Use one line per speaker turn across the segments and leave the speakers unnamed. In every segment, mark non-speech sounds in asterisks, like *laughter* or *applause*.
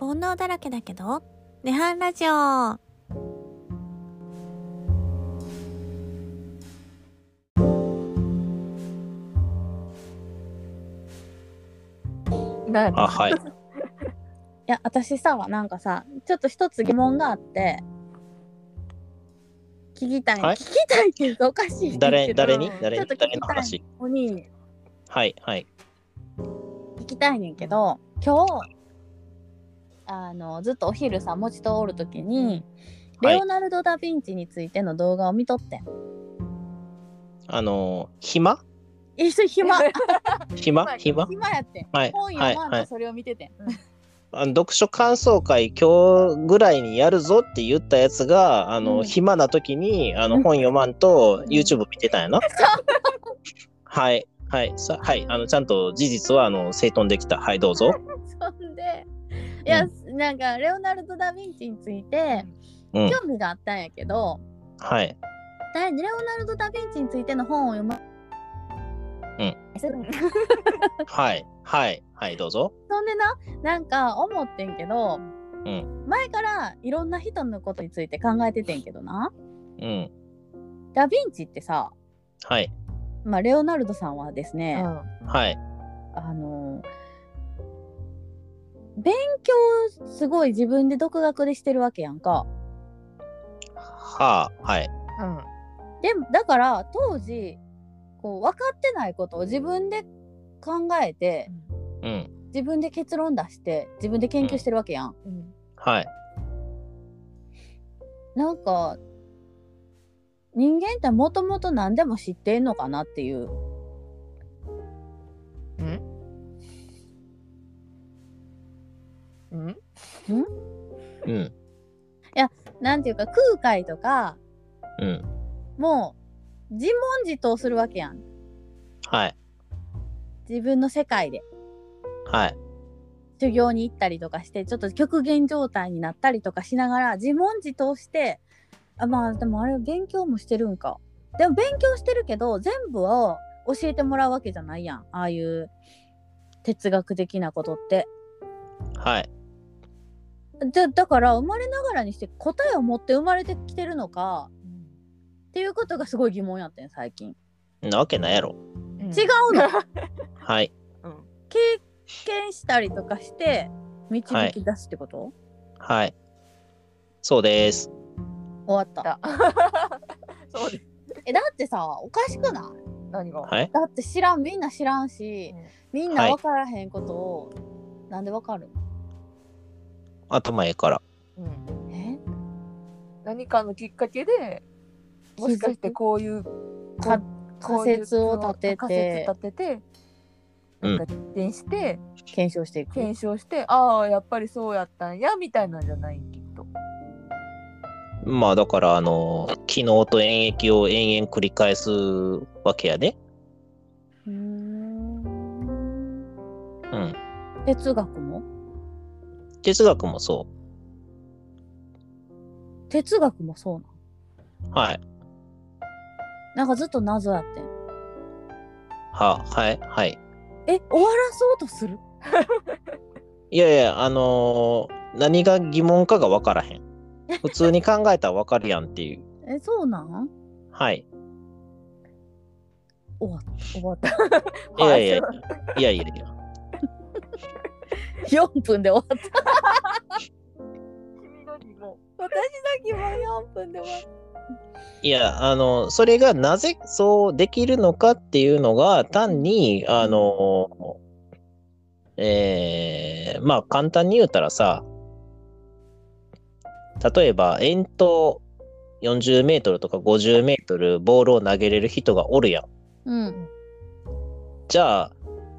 動だらけだけど、涅槃ラジオ。
だ
あ、はい。
いや私さなんかさちょっと一つ疑問があって聞きたい、
はい
聞きたいって言うとおかしいけど
誰、誰に
うん
誰
ちょ
に
っと聞きたい
誰の話
お兄に
はい、はい。
聞きたいねんけど今日あのずっとお昼さ餅とおる時に
はい
レオナルド・ダ・ヴィンチについての動画を見とってん、
あのー、暇
一緒に暇
暇暇
暇やってん
はい、
本
は
読
い、
まん
は
と
い。
それを見ててん、
あの読書感想会今日ぐらいにやるぞって言ったやつが、あの、
うん
暇な時に、あ
う
の、
ん
本読まんと
うん
YouTube 見てたん
*laughs*
やな。はい、はい、さはい、あの、ちゃんと事実は、あの、整頓できた。はい、どうぞ。
*laughs* そんでいや、なんかレオナルド・ダ・ヴィンチについて
うん、
興味があったんやけど、
はい。
だレオナルド・ダ・ヴィンチについての本を読ま
うん
そん
はい、はい、はい、どうぞ。
でななんか思ってんけど、
ん
前からいろんな人のことについて考えててんけどな
うん、
ダ・ヴィンチってさ、
はい、
まあ、レオナルドさんはですね、
はい、
あの勉強すごい自分で独学でしてるわけやんか
はあ、はい、
でもだから当時こう分かってないことを自分で考えて
うん、
自分で結論出して自分で研究してるわけやん、
はい。
なんか人間ってもともと何でも知ってんのかなっていう。
うん、
なんていうか空海とか
うん、
もう自問自答するわけやん
はい、
自分の世界で
はい、
修行に行ったりとかしてちょっと極限状態になったりとかしながら自問自答してあまあでもあれ勉強もしてるんかでも勉強してるけど全部を教えてもらうわけじゃないやんああいう哲学的なことって
はい、
だだから生まれながらにして答えを持って生まれてきてるのかっていうことがすごい疑問やってん最近、
なわけないやろ。
違うの *laughs*
はい、
経験したりとかして導き出すってこと、
はい。そうです。
終わった
*laughs* そうです。
えだってさおかしくない
何が。
はい。
だって知らんみんな知らんし
うん
みんな分からへんことを、なんで分かる
頭ええから。
うん。
え
何かのきっかけで。もしかしてこういう。
か
こう
仮説を立て
仮説
て
立てて。
うん
なんか実験して、
検証していく
検証して、ああ、やっぱりそうやったんやみたいなんじゃない、きっと。
まあだから、あの、昨日と演疫を延々繰り返すわけやで。
うーん
うん。
哲学も
哲学もそ
哲学もそうなん
う。はい。
なんかずっと謎やってん
は、はい、はい。
え終わらそうとする
いやいや、あのー何が疑問かが分からへん。普通に考えたら分かるやんっていう。
えそうなん
はい。
終わった終わった
いやいや
*laughs*
はい
やいやいや。
4分で終わった
君のにも。
私だけも4分で終わっ
いや、あの、それがなぜそうできるのかっていうのが、単に、あの、えーまあ簡単に言うたらさ、例えば、遠投40メートルとか50メートルボールを投げれる人がおるやん。
たうん
じゃあ、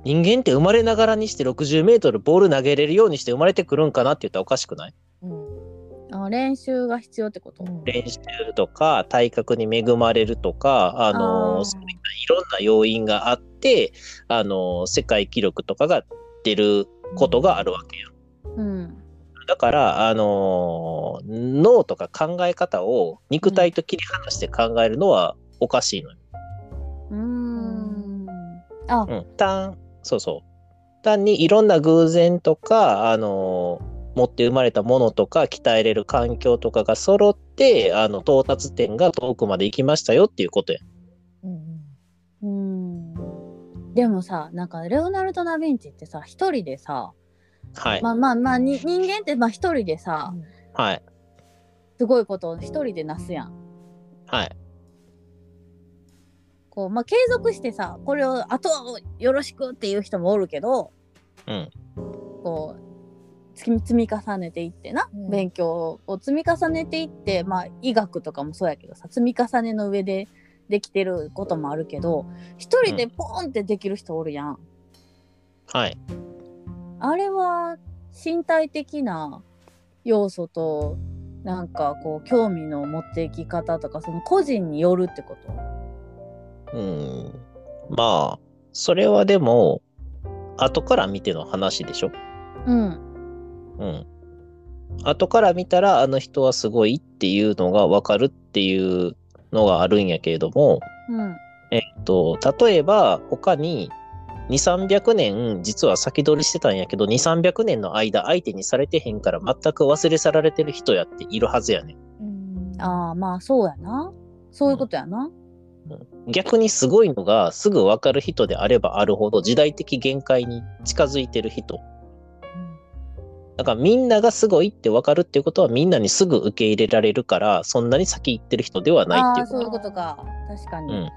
人間って生まれながらにして60メートルボール投げれるようにして生まれてくるんかなって言ったらおかしくない
うん。
あ練習が必要ってこと、
練習とか体格に恵まれるとかあの
あー
そういったいろんな要因があってあの世界記録とかが出ることがあるわけよ。
うん
だからあの脳とか考え方を肉体と切り離して考えるのはおかしいのよ。
うーん
うん、単そうそう単にいろんな偶然とかあの持って生まれたものとか鍛えれる環境とかが揃ってあの到達点が遠くまで行きましたよっていうことや。
う
うん
んでもさなんかレオナルド・ダ・ヴィンチってさ一人でさ
はい、
まあまあまあに人間ってまあ一人でさ
はい、
すごいことを一人でなすやん。
はい、
こうまあ、継続してさこれをあとよろしくっていう人もおるけど
うん、
こう積み積み重ねていってな、
うん
勉強を積み重ねていって、まあ、医学とかもそうやけどさ積み重ねの上でできてることもあるけど一人でポンってできる人おるやん。
はい。
あれは身体的な要素となんかこう興味の持っていき方とかその個人によるってこと
うん、まあそれはでも後から見ての話でしょ。
うん
うん。後から見たらあの人はすごいっていうのがわかるっていうのがあるんやけれども、
うん
えっと、例えば他に2、300年実は先取りしてたんやけど、2、300年の間相手にされてへんから全く忘れ去られてる人やっているはずやねん。
うん
ああまあそうやなそういうことやな、
逆にすごいのがすぐわかる人であればあるほど時代的限界に近づいてる人。だからみんながすごいってわかるっていうことはみんなにすぐ受け入れられるから、そんなに先行ってる人ではない
あ
ってい
あ
うこ
そ
と
ういうことか確かに、
うん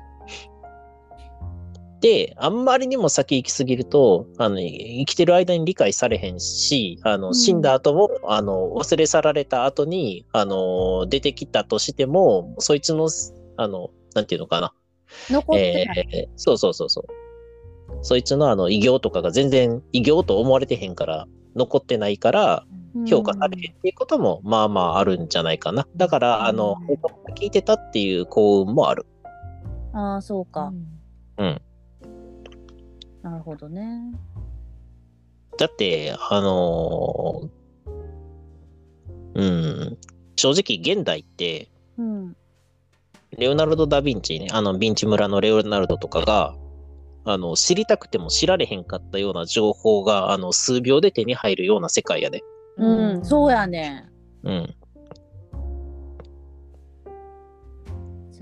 で、あんまりにも先行きすぎると、あの、生きてる間に理解されへんし、あ
う
の、
ん
死んだ後も、あの、忘れ去られた後に、あの、出てきたとしても、そいつの、あの、なんていうのかな。
残ってない、
えーそうそうそうそう。そいつのあの、異業とかが全然異業と思われてへんから、残ってないから、
うん
評価されへんっていうことも、まあまああるんじゃないかな。だから、あの、
うん
聞いてたっていう幸運もある。
ああそうか、
うん。
なるほどね
だって、あのーうん、正直現代って、
うん
レオナルド・ダ・ヴィンチね、あの、ヴィンチ村のレオナルドとかが、あの、知りたくても知られへんかったような情報が、あの、数秒で手に入るような世界やで。
うん、
うん
そうやね
うん。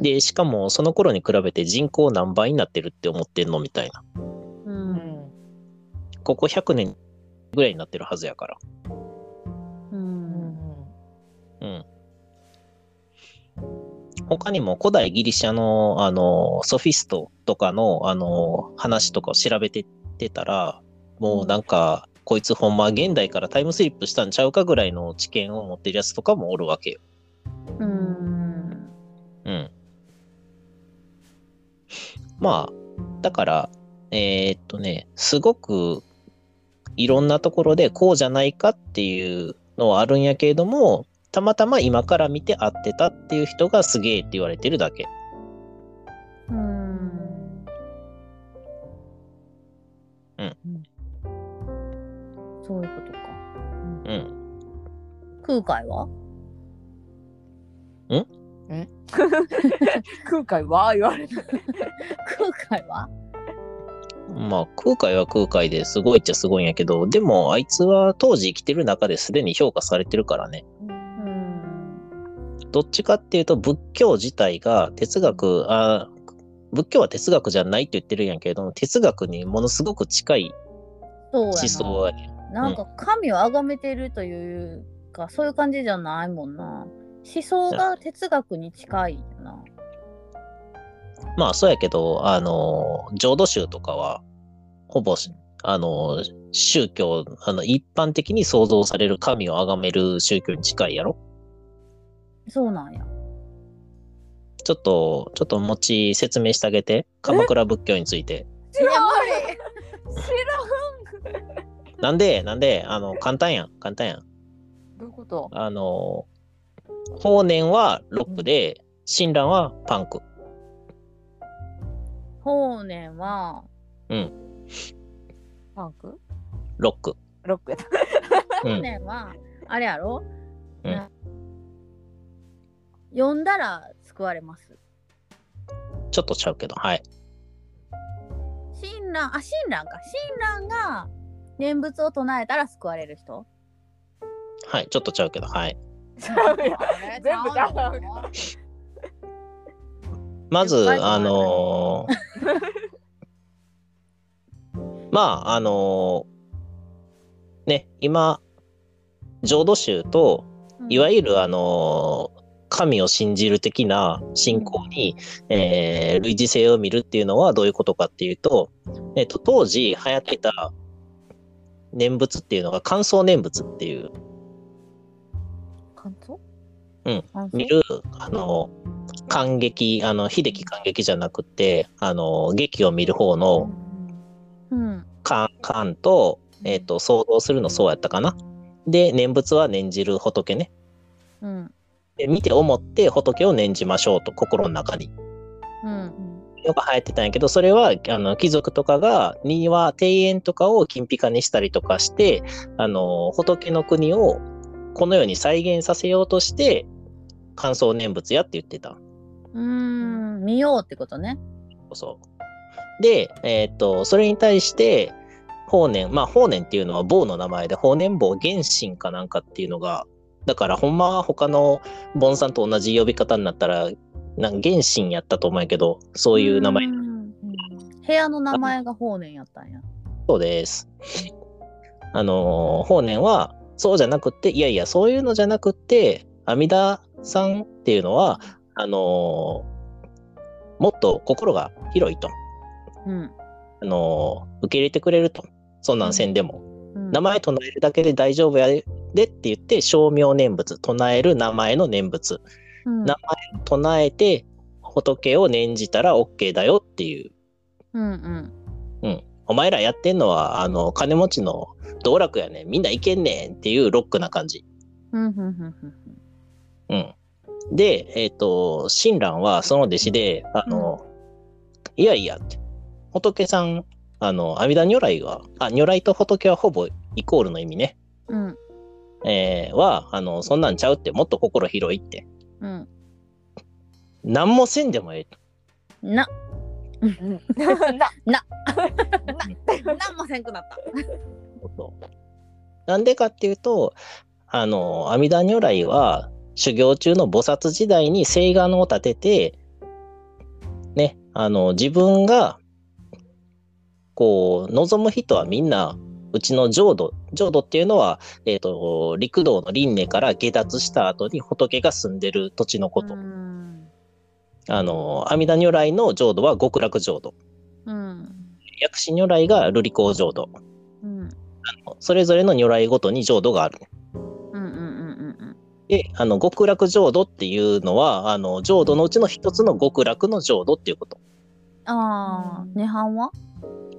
で、しかも、その頃に比べて人口何倍になってるって思ってんのみたいな。
う、
うんん
ここ100年ぐらいになってるはずやから。
う
うんん
うん。他にも古代ギリシャの、あの、ソフィストとかの、あの、話とかを調べてってたら、もうなんか、こいつほんま現代からタイムスリップしたんちゃうかぐらいの知見を持ってるやつとかもおるわけよ。
うん
うん。まあ、だから、えーっとね、すごくいろんなところでこうじゃないかっていうのはあるんやけれども、たまたま今から見て合ってたっていう人がすげえって言われてるだけ。
うん
うん
そういうことか。
うん。
空海は *laughs*
空海は言われる
空海は
まあ、空海は空海ですごいっちゃすごいんやけど、でもあいつは当時生きてる中ですでに評価されてるからね。
うん。
どっちかっていうと仏教自体が哲学あ仏教は哲学じゃないって言ってるんやけれども哲学にものすごく近い
そうやな
思想はね
なんか神を崇めてるというか、そういう感じじゃないもんな。思想が哲学に近いよな。
まあそうやけどあの浄土宗とかはほぼあの宗教あの一般的に想像される神を崇める宗教に近いやろ
そうなんや。
ちょっとちょっともち説明してあげて鎌倉仏教について
知らん知らん
なんでなんであの簡単やん簡単やん
どういうこと
あの、法然はロックで、親鸞はパンク。
法然は、
パンク
ロック。
ロックやった
う
法
ん。
然は、あれやろ、
うん
な読んだら救われます。
ちょっとちゃうけど、はい。
親鸞、あ、親鸞か。親鸞が念仏を唱えたら救われる人
はい、ちょっとちゃうけど、はい。
ちゃう
全
やん全部ちゃう
ま
いっ
ず、
ぱい考えた
あのーまあ、あのーね、今、浄土宗と、いわゆる、あのー神を信じる的な信仰に、えー類似性を見るっていうのはどういうことかっていうと、えっと、当時流行ってた念仏っていうのが乾燥念仏っていう
感想
見る、あの、感激、あの、秀樹感激じゃなくて、あの、劇を見る方の
うん
感、感と、えっ、と、想像するのそうやったかな。で、念仏は念じる仏ね。
うん
で見て思って仏を念じましょうと、心の中に。
うん
よく流行ってたんやけど、それは、あの、貴族とかが庭、庭園とかを金ピカにしたりとかして、あの、仏の国をこのように再現させようとして、乾燥念仏やって言ってた。
うん見ようってことね
そう。で、えーっと、それに対して、法然、まあ、法然っていうのは棒の名前で、法然棒原神かなんかっていうのが、だから、ほんまは他のボンさんと同じ呼び方になったら、なん原神やったと思うんやけど、そういう名前
ん部屋の名前が法然やったんや
そうです。あのー、法然は、そうじゃなくって、いやいや、そういうのじゃなくって、阿弥陀さんっていうのは、あのーもっと心が広いと。
うん
あのー受け入れてくれると。そんなんせんでも。
うん
名前唱えるだけで大丈夫やでって言って、称名念仏。唱える名前の念仏。
うん
名前唱えて、仏を念じたら OK だよっていう。
うんうん
お前らやってんのは、あの、金持ちの道楽やねん。みんないけんねんっていうロックな感じ。
うんうんうん
うん。で、えっ、と、親鸞はその弟子で、あの、いやいやって、仏さん、あの、阿弥陀如来は、あ、如来と仏はほぼイコールの意味ね。
うん
えーは、あの、そんなんちゃうって、もっと心広いって。
うん
何もせんでもええと。
な
な
何もせんくなった
なんでかっていうと、あの、阿弥陀如来は、修行中の菩薩時代に誓願を立てて、ね、あの、自分が、こう、望む人はみんな、うちの浄土、浄土っていうのは、えっ、と、陸道の輪廻から下脱した後に仏が住んでる土地のこと。
うん
あの、阿弥陀如来の浄土は極楽浄土。
うん
薬師如来が瑠璃光浄土。
うん
それぞれの如来ごとに浄土がある。
うんうんうんうん
で、あの、極楽浄土っていうのは、あの、浄土のうちの一つの極楽の浄土っていうこと。
ああ、涅槃は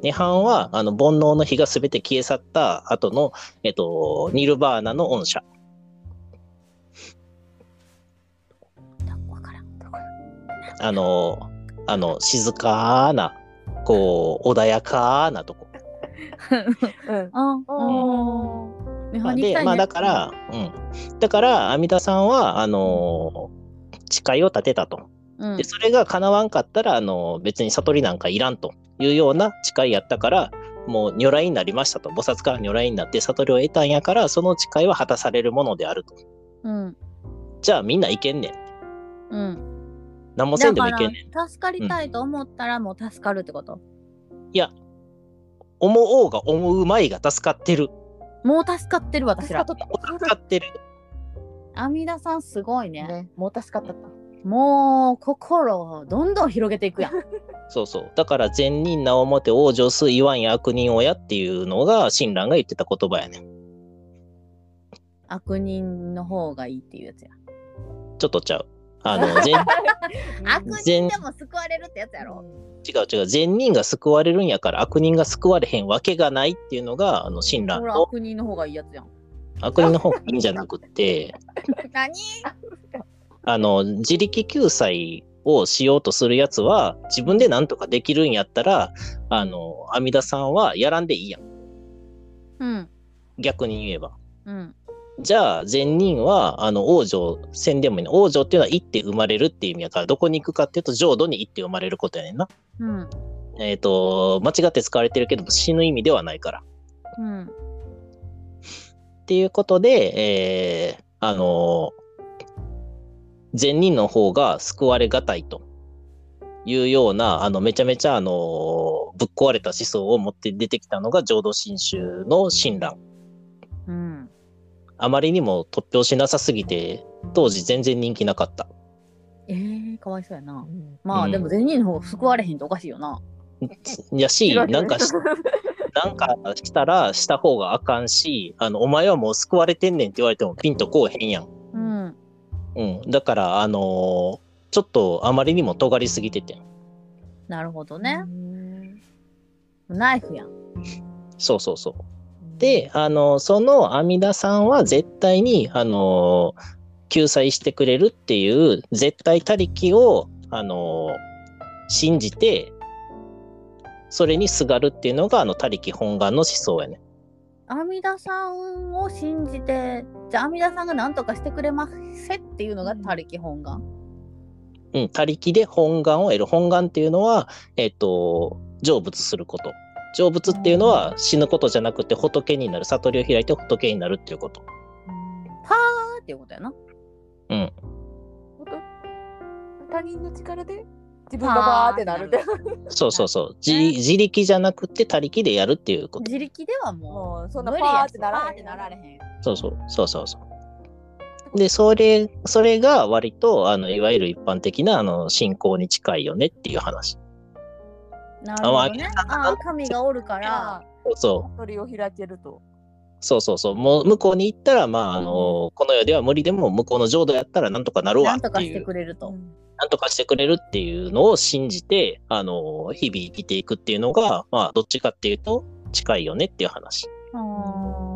涅槃は、あの、煩悩の火が全て消え去った後の、えっと、ニルバーナの恩赦。
わからん。
あの、あの、静かな、こう、穏やかなと
う
こ。
ん
ああ、
おー
涅
ま
槃
あ
に行き
で、
たいね
まあだか、ら、うん。だから、阿弥陀さんは、あの誓いを立てたと。
うん
で、それが叶わんかったら、あの、別に悟りなんかいらんというような誓いやったから、もう如来になりましたと。菩薩から如来になって悟りを得たんやから、その誓いは果たされるものであると。
うん
じゃあみんないけんねん。
うん。
何もせ
だ
んで
か
もい
ら
けんねん。
助かりたいと思ったらもう助かるってこと。
思おうが思うまいが助かっ
*laughs*
てる。
もう助かってる私
助からっ。とった
助かってる。
阿弥陀さんすごいね。
ねもう助かったった
もう心をどんどん広げていくやん。
そうそう。だから善人名をもて往生す言わんや悪人親っていうのが親鸞が言ってた言葉やねん。
悪人の方がいいっていうやつや。
ちょっとちゃう。あ
*laughs*
の、善、
悪人
全
でも救われるってやつやろ。
違う違う。善人が救われるんやから悪人が救われへんわけがないっていうのが、あの、親鸞
ほら
の
悪人の方がいいやつやん。
悪人の方がいいんじゃなくて、
何？
あの、自力救済をしようとするやつは、自分で何とかできるんやったら、あの、阿弥陀さんはやらんでいいやん。
うん
逆に言えば。
うん
じゃあ、善人は、あの、往生せんでもいいの。往生っていうのは行って生まれるっていう意味やから、どこに行くかっていうと、浄土に行って生まれることやねんな。
うん
えっ、と、間違って使われてるけど、死ぬ意味ではないから。
うん
っていうことで、えーあのー善人の方が救われがたいというような、あの、めちゃめちゃ、あのーぶっ壊れた思想を持って出てきたのが浄土真宗の親鸞。
うん。
あまりにも突拍子なさすぎて、当時全然人気なかった。
えー、かわいそうやな。まあ、
うん
でも善人の方が救われへんとおかしいよな。
やし、
白い
なんかしなんかしたらした方があかんし、あの、お前はもう救われてんねんって言われてもピンとこうへんやん。
うん。
うん。だから、あのーちょっとあまりにも尖りすぎてて。
なるほどね
ね。。
ナイフやん。
そうそうそう。で、あの、その阿弥陀さんは絶対に、あの、救済してくれるっていう絶対他力を、あの、信じて、それにすがるっていうのが、あの、他力本願の思想やね。
阿弥陀さんを信じて、じゃあ阿弥陀さんが何とかしてくれますっていうのが他力本願。
うん、他力で本願を得る。本願っていうのは、えっと、成仏すること。成仏っていうのは死ぬことじゃなくて仏になる。悟りを開いて仏になるっていうこと。
パーっていうことやな。
他人の力で自分がバーってなるで。
そうそうそう。自自力じゃなくて他力でやるっていうこと。
自力ではも
*laughs* もう
う
そんな
無
パ
理や
ーってなら
パー
へ
っ
ん
てなられへん。
そうそう、そうそうそう。で、それ、それが割と、あの、いわゆる一般的な、あの、信仰に近いよねっていう話。
なるほどね。ああー、神がおるから。
そう、
鳥を開けると。
そうそうそう。もう、向こうに行ったら、まあ、あの、この世では無理でも、向こうの浄土やったらなんとかなるわ
なん
っ
とか
て
し
い
て
う、
くれると。
なんとかしてくれるっていうのを信じて、あの、日々生きていくっていうのが、まあ、どっちかっていうと、近いよねっていう話。
あー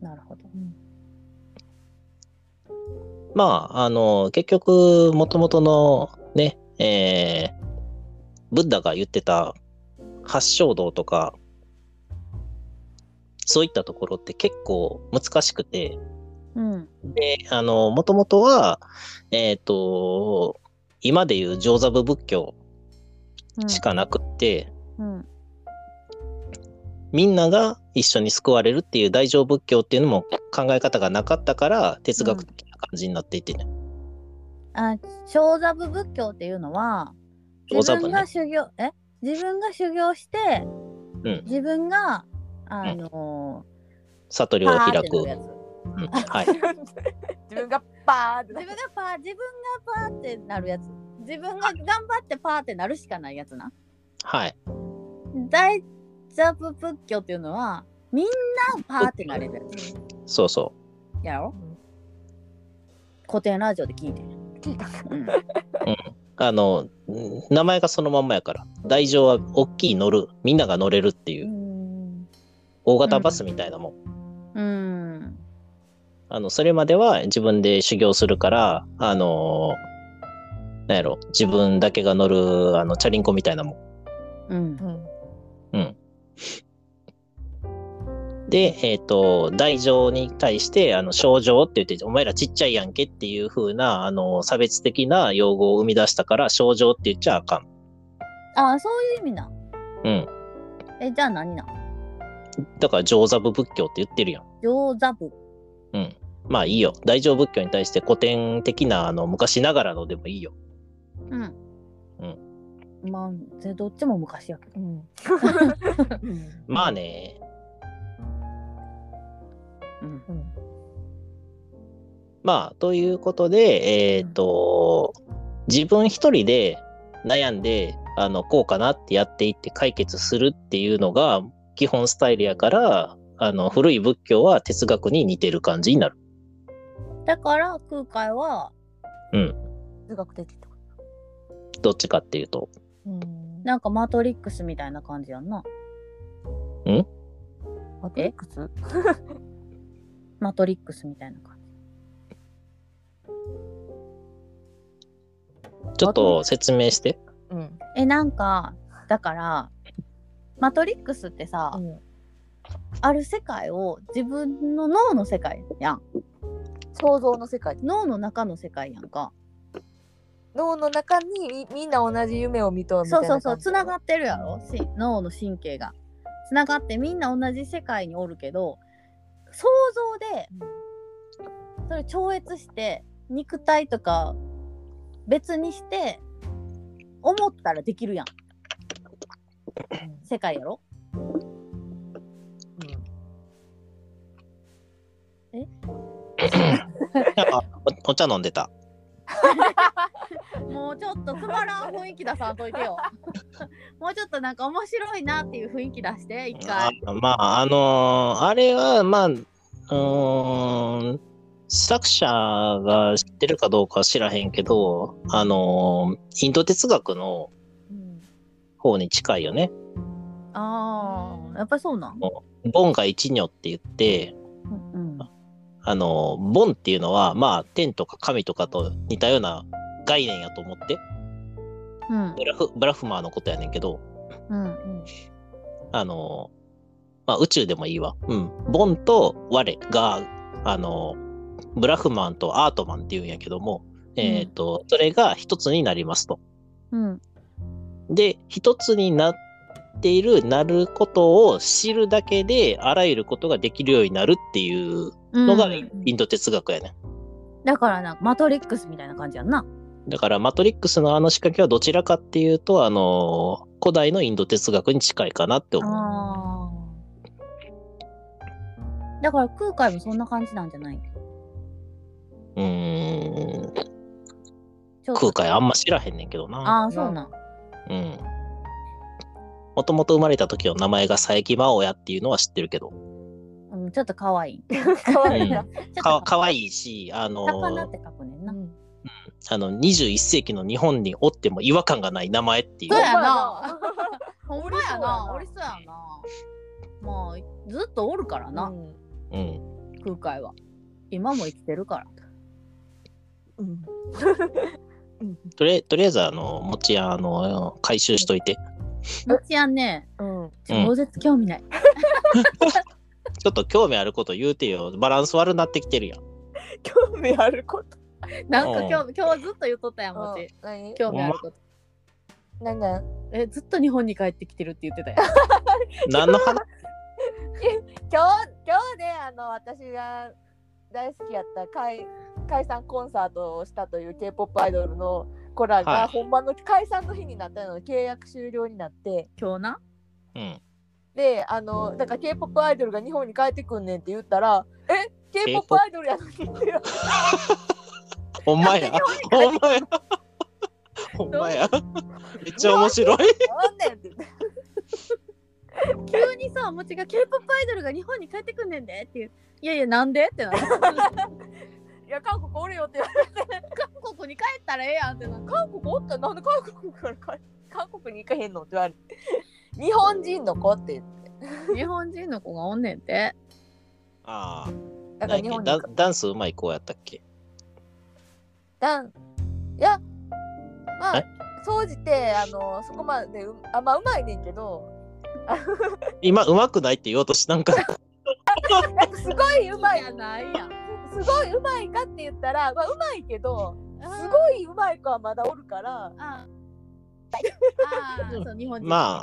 なるほど。
まあ、あの、結局、もともとのね、えー、ブッダが言ってた八正道とか、そういったところって結構難しくて、
うん。
で、あの、もともとは、えっ、と、今でいう上座部仏教しかなくって、
うん。
みんなが一緒に救われるっていう大乗仏教っていうのも考え方がなかったから、哲学的な感じになっていてね。
あ、小座部仏教っていうのは、
上
自
座部
分
ね
が。修行、え自分が修行して、
うん
自分が、あの
悟り
ー、
を
パー
開
って
く。
な
う
る
ん
やつ。
は
*laughs*
い。
自分がバーってな
自分
る。
がパー、自分がパーってなるやつ。自分が頑張ってパーってなるしかないやつな。
はい。
大座部仏教っていうのは、みんなパーってなれるやつ。
そうそ
やろ古典ラジオで聞いて。
聞いた
うん。
う。あの、ん名前がそのまんまやから。大乗は大きい乗る、みんなが乗れるっていう、大型バスみたいなもん。
うん。
あの、それまでは自分で修行するから、あのーなんやろ、自分だけが乗る、あの、チャリンコみたいなもん。
うん。
で、えっ、と、大乗に対して、あの、小乗って言って、お前らちっちゃいやんけっていう風な、あの、差別的な用語を生み出したから、小乗って言っちゃあかん。
あ、そういう意味な。
うん。
え、じゃあ何な
だから、上座部仏教って言ってるやん。
上座部。
うん。まあいいよ。大乗仏教に対して古典的なあの昔ながらのでもいいよ。
うん。うん。まあ、でどっちも昔やけど。
うん。
まあね、
うん。
まあということで、えっ、と、自分一人で悩んで、あの、こうかなってやっていって解決するっていうのが基本スタイルやから、あの、古い仏教は哲学に似てる感じになる。
だから、空海は、
数学的とか。
どっちかっていうと。
うん。
なんかマトリックスみたいな感じやんな。
マトリックス
マトリックスみたいな感じ。
ちょっと説明 *laughs* して。
うん。
え、なんか、だから、マトリックスってさ、ある世界を自分の脳の世界やん。
想像の世界。
脳の中の世界やんか。
脳の中にみみんな同じ夢を見とうみた
そ
いうな
そ
感
う
じ。
そう、つながってるやろし脳の神経が。つながってみんな同じ世界におるけど想像でそれ超越して肉体とか別にして思ったらできるやん世界やろ
おお茶飲んでた。
もうちょっとつまらん雰囲気出さんといてよ *laughs* もうちょっとなんか面白いなっていう雰囲気出して一
あ
回
まあ、あのーあれは、まあ、うーん、作者が知ってるかどうかは知らへんけど、あのーインド哲学の
うん
方に近いよね。
あーやっぱりそうなん
ボンが一女って言って、
うん
あのーボンっていうのは、まあ、天とか神とかと似たような概念やと思って、
うん
ブラフブラフマーのことやねんけど、
うん
あの、まあ、宇宙でもいいわ。うん。ボンと我が、あの、ブラフマンとアートマンっていうんやけども、えっ、と、それが一つになりますと。
うん
で、一つになっている、なることを知るだけで、あらゆることができるようになるっていう
うん
のが、インド哲学やね、
だからなんかマトリックスみたいな感じやんな。
ん。だから、マトリックスのあの仕掛けはどちらかっていうと、あの、古代のインド哲学に近いかなって思う。
あーだから空海もそんな感じなんじゃないう
ーん。
ちょっと
空海あんま知らへんねんけどな。
ああそうなん。
うん。もともと生まれた時の名前が佐伯真央やっていうのは知ってるけど。
うん、ちょっと可愛い。ちょ
かわいいな。
っと
か
か
かわいいし、あの
魚って書くねんな。
あの、21世紀の日本におっても違和感がない名前っていう
そう。やな
ほ
ほん
んま
ま
や
や
な
な、おりそうやな。まあ、ずっとおるからな、
うん
うん。
空海は。今も生きてるから。
うん
とりあえとりあえず、あの、持ち屋、あの、回収しといて。
もちやんね、
うん
超絶興味ない。
ちょっと興味あること言うてよ。バランス悪なってきてるやん。
興味あること。
*laughs* なんか今日、今日ずっと言っとったやん、も
うん
ち。
何
興味あること。
何なん
え、ずっと日本に帰ってきてるって言ってたや *laughs* ん。
何の話
今日今日ねあの私が大好きやった解解散コンサートをしたという k p o p アイドルの子ら
は
が
い
本番の解散の日になったので契約終了になって
今日な。
うん。
であのだから k p o p アイドルが日本に帰ってくんねんって言ったら「え k p o p
K-POP
アイドルやのに」って *laughs* 言われて
お前や。お前や。 *laughs* お前や。めっちゃ面白い。
なんねんって言って
急にさ、もちが K-POP アイドルが日本に帰ってくんねんでっていう。いやいや、なんでってなった。
「いや韓国おるよ」って言われて
韓国に帰ったらええやんってなった。
韓国おったなんで韓国から帰韓国に行かへんの?」って言われて「日本人の子」って言って
日本人の子がおんねんて。
ああ。
だか
な
ら
ん
日
やっ
本
け
に
ダンダンスうまい子やったっけ
ダンいやまあ
え
総じてあのそこまでうあまあうまいねんけど
今、うまくないって言おうとしなんかった。
なんかすごいうまい
やないやん。
すごいうまいかって言ったらまあうまいけどす
い。
ごいうまい子はまだおるから
ああー、そう、日本人。
ま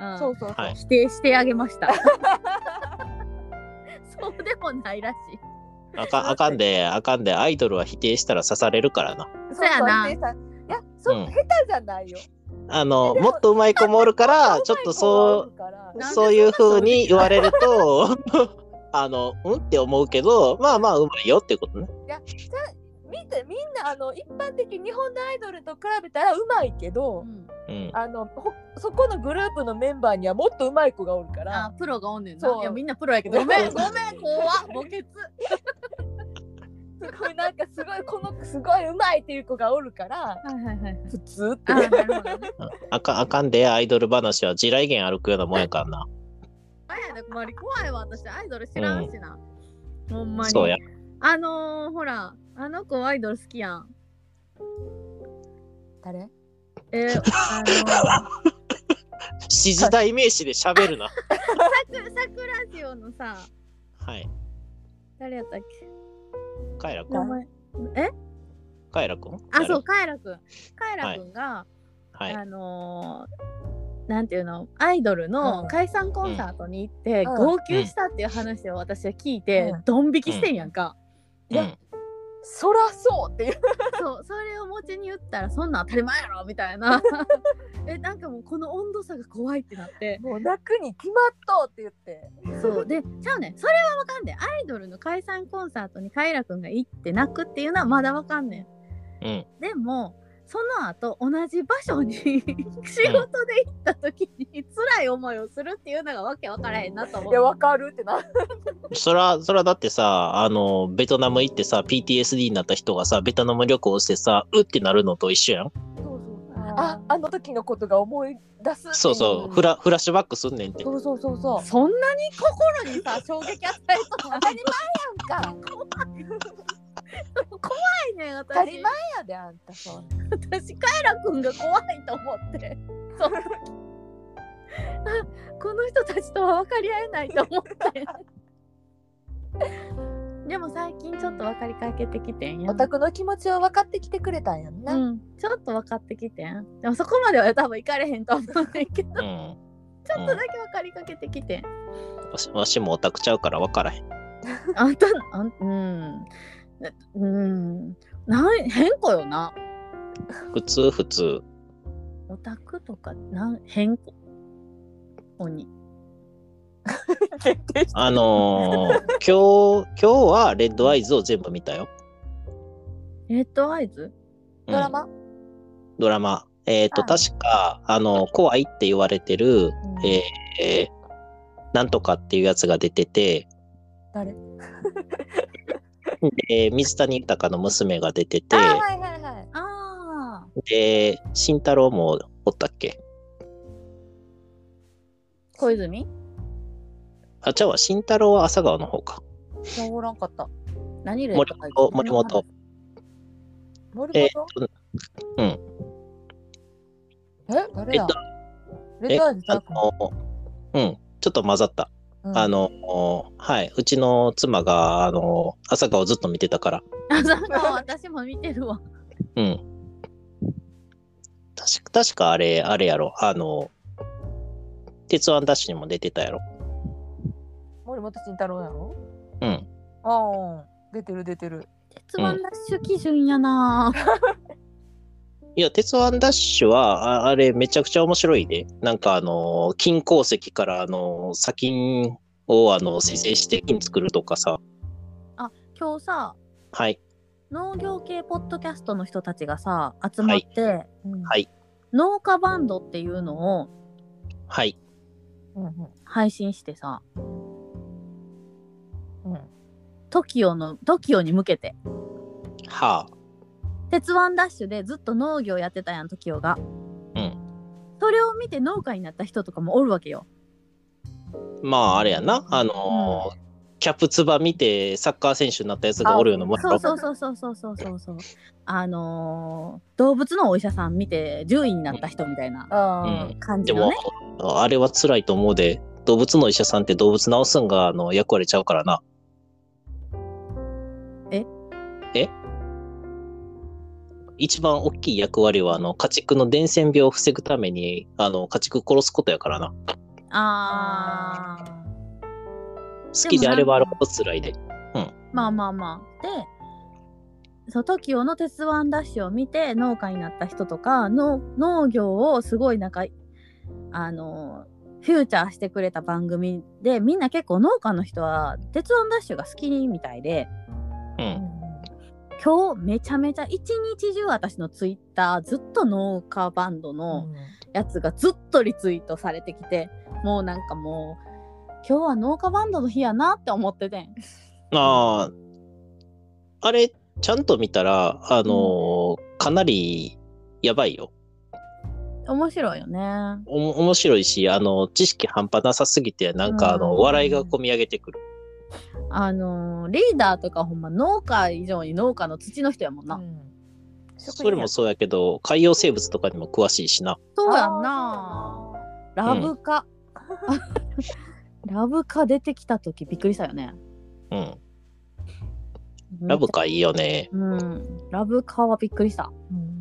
あ、
うんそうそうそう、
はい
否定してあげました。そうでもないらしい。
あかんあかんで、あかんで、アイドルは否定したら刺されるからな。
そう
そうやな
そうでさいやそう、
うん
下手じゃないよ
あの、
でも
もっと上手い子もおるから、ちょっとそうう、
なんで
そういう風に言われると、 *laughs* あの、うんって思うけど、まあまあ上手いよってことね。
いやじゃ見てみんなあの一般的日本のアイドルと比べたらうまいけど、
うん。
あのほそこのグループのメンバーにはもっとうまい子がおるから
あー、プロがおんねん
そう
な。いや、みんなプロやけど。ごめん、ごめん、怖っ、墓穴。
すごいなんかすごいこのすごいうまいっていう子がおるから
はいはいはい。
普通って
あー、なるほどね。
あかん、あかんで、アイドル話は地雷原歩くようなもんやからな。
あやで、周り怖いわ、私、アイドル知らんしな。ほんまに。
そうや。
あのー、ほら、あの子アイドル好きやん。
誰
え
*laughs*
ー、あの
指示代名詞で喋るな。
ー、さくらジオのさ、
はい。
誰やったっけ
カエラくん
名前。え
カエラくん
あ、そう、
誰
カエラくん。カエラくんが、
はい。
あのなんていうのアイドル
う
の
ん
解散コンサートに行って、
うん
号泣したっていう話を私は聞いて、
うん
ドン引きしてんやんか、
いや
うん
そらそうっていう
そうそれを持ちに言ったらそんなん当たり前やろみたい
*laughs*
なえなんかもうこの温度差が怖いってなって
もう泣くに決まっとうって言って
そうでちゃうねんそれはわかんねんアイドルの解散コンサートにカイラくんが行って泣くっていうのはまだわかんねん
うん
でもその後同じ場所に仕事で行った時に辛い思いをするっていうのがわけわからへんなと思
いや
う。
わかるってな
そら、そらだってさ、あの、ベトナム行ってさ、PTSD になった人がさ、ベトナム旅行してさ、うってなるのと一緒やん。
ああの時のことが思い出すってい
そうそう、フラ、フラッシュバックすんねんて。
そうそうそうそう
そんなに心にさ衝撃与えたの当たり
なんか
怖いねん私
当たり前やであんたそう
私カエラくんが怖いと思ってその時 *laughs* あこの人たちとは分かり合えないと思ってでも最近ちょっと分かりかけてきてんや
オタクの気持ちを分かってきてくれたんやんな、
うん、ちょっと分かってきてんでもそこまでは多分行かれへんと思うねんけどち
うん。
ょっとだけ分かりかけてきてん
わしわしもオタクちゃうから分からへん。
*laughs* あんたあんうんうんなん変子よな
普通、普通。
オタクとかなん変子に
決定して
あの
*laughs*
ー今日、今日はレッドアイズを全部見たよ。
レッドアイズ
う
ド
ん
ラマ、
ドラマ。えっ、と、
あ
確か、あの、怖いって言われてる、
うん
えーえーなんとかっていうやつが出てて、
誰
*laughs* で水谷豊の娘が出てて
あ、ーはいはいはい
ああ
で、慎太郎もおったっけ
小泉
あ、ちゃうわ、慎太郎は朝顔の方か。
じゃあおらんかった
何レッ
森
ドアイズ
本、森本。
森
えー
本
とうん。
え誰
えっ
や
と、
レッドアイズちゃ
あ
うか
の、うん、ちょっと混ざった。
うん
あの、はい、うちの妻が、あの、朝顔ずっと見てたから。
あなんか私も見てるわ
うん。確か、確かあれ、あれやろ。あの、鉄腕ダッシュにも出てたやろ。
森本慎太郎やろ
うん。
ああ出てる出てる
*laughs* 鉄腕ラッシュ基準やな、
いや、鉄腕ダッシュは、ああれ、めちゃくちゃ面白いで。なんか、あの、金鉱石から、あの、砂金を、あの、生成して金作るとかさ。
今日さ
はい。
農業系ポッドキャストの人たちがさ集まって、
うん
はい
農家バンドっていうのを
はい。
うん
配信してさ
うんうん
TOKIO の TOKIO に向けて
はあ。
鉄腕ダッシュでずっと農業やってたやん TOKIO が
うん
それを見て農家になった人とかもおるわけよ
まあ、あれやな。あの、キャプツバ見て、サッカー選手になったやつがおるようなもんや
そう
ろ。
そうそうそうそうそうそうそうあのー動物のお医者さん見て獣医になった人みたいな
あ
うん
感
で
じの
も
ね、、
あれは辛いと思うで、動物の医者さんって動物治すんが、あの、役割ちゃうからな。
え
え一番大きい役割は、あの、家畜の伝染病を防ぐために、あの、家畜殺すことやからな。
ああ
好きであればあるほど辛いで。
まあまあまあ。で、そう、TOKIO の鉄腕ダッシュを見て農家になった人とか、農農業をすごいなんか、あの、フューチャーしてくれた番組で、みんな結構農家の人は鉄腕ダッシュが好きみたいで、
う
あ
ん。
今日めちゃめちゃ一日中私のツイッターずっと農家バンドのやつがずっとリツイートされてきて、もうなんかもう、今日は農家バンドの日やなって思っててん。
ああ、あれ、ちゃんと見たら、あの、かなり、やばいよ。
面白いよね。
おも面白いし、あの、知識半端なさすぎて、なんか、あの、
うん
笑いがこみ上げてくる。
あのーリーダーとかほんま農家以上に農家の土の人やもんな。
うん職
それ
員や
もそうやけど、海洋生物とかにも詳しいしな。
そうやんな。ラブカ。 *laughs* ラブカ出てきた時びっくりしたよね。
うん。ラブカいいよね。
うん。ラブカはびっくりした。
うん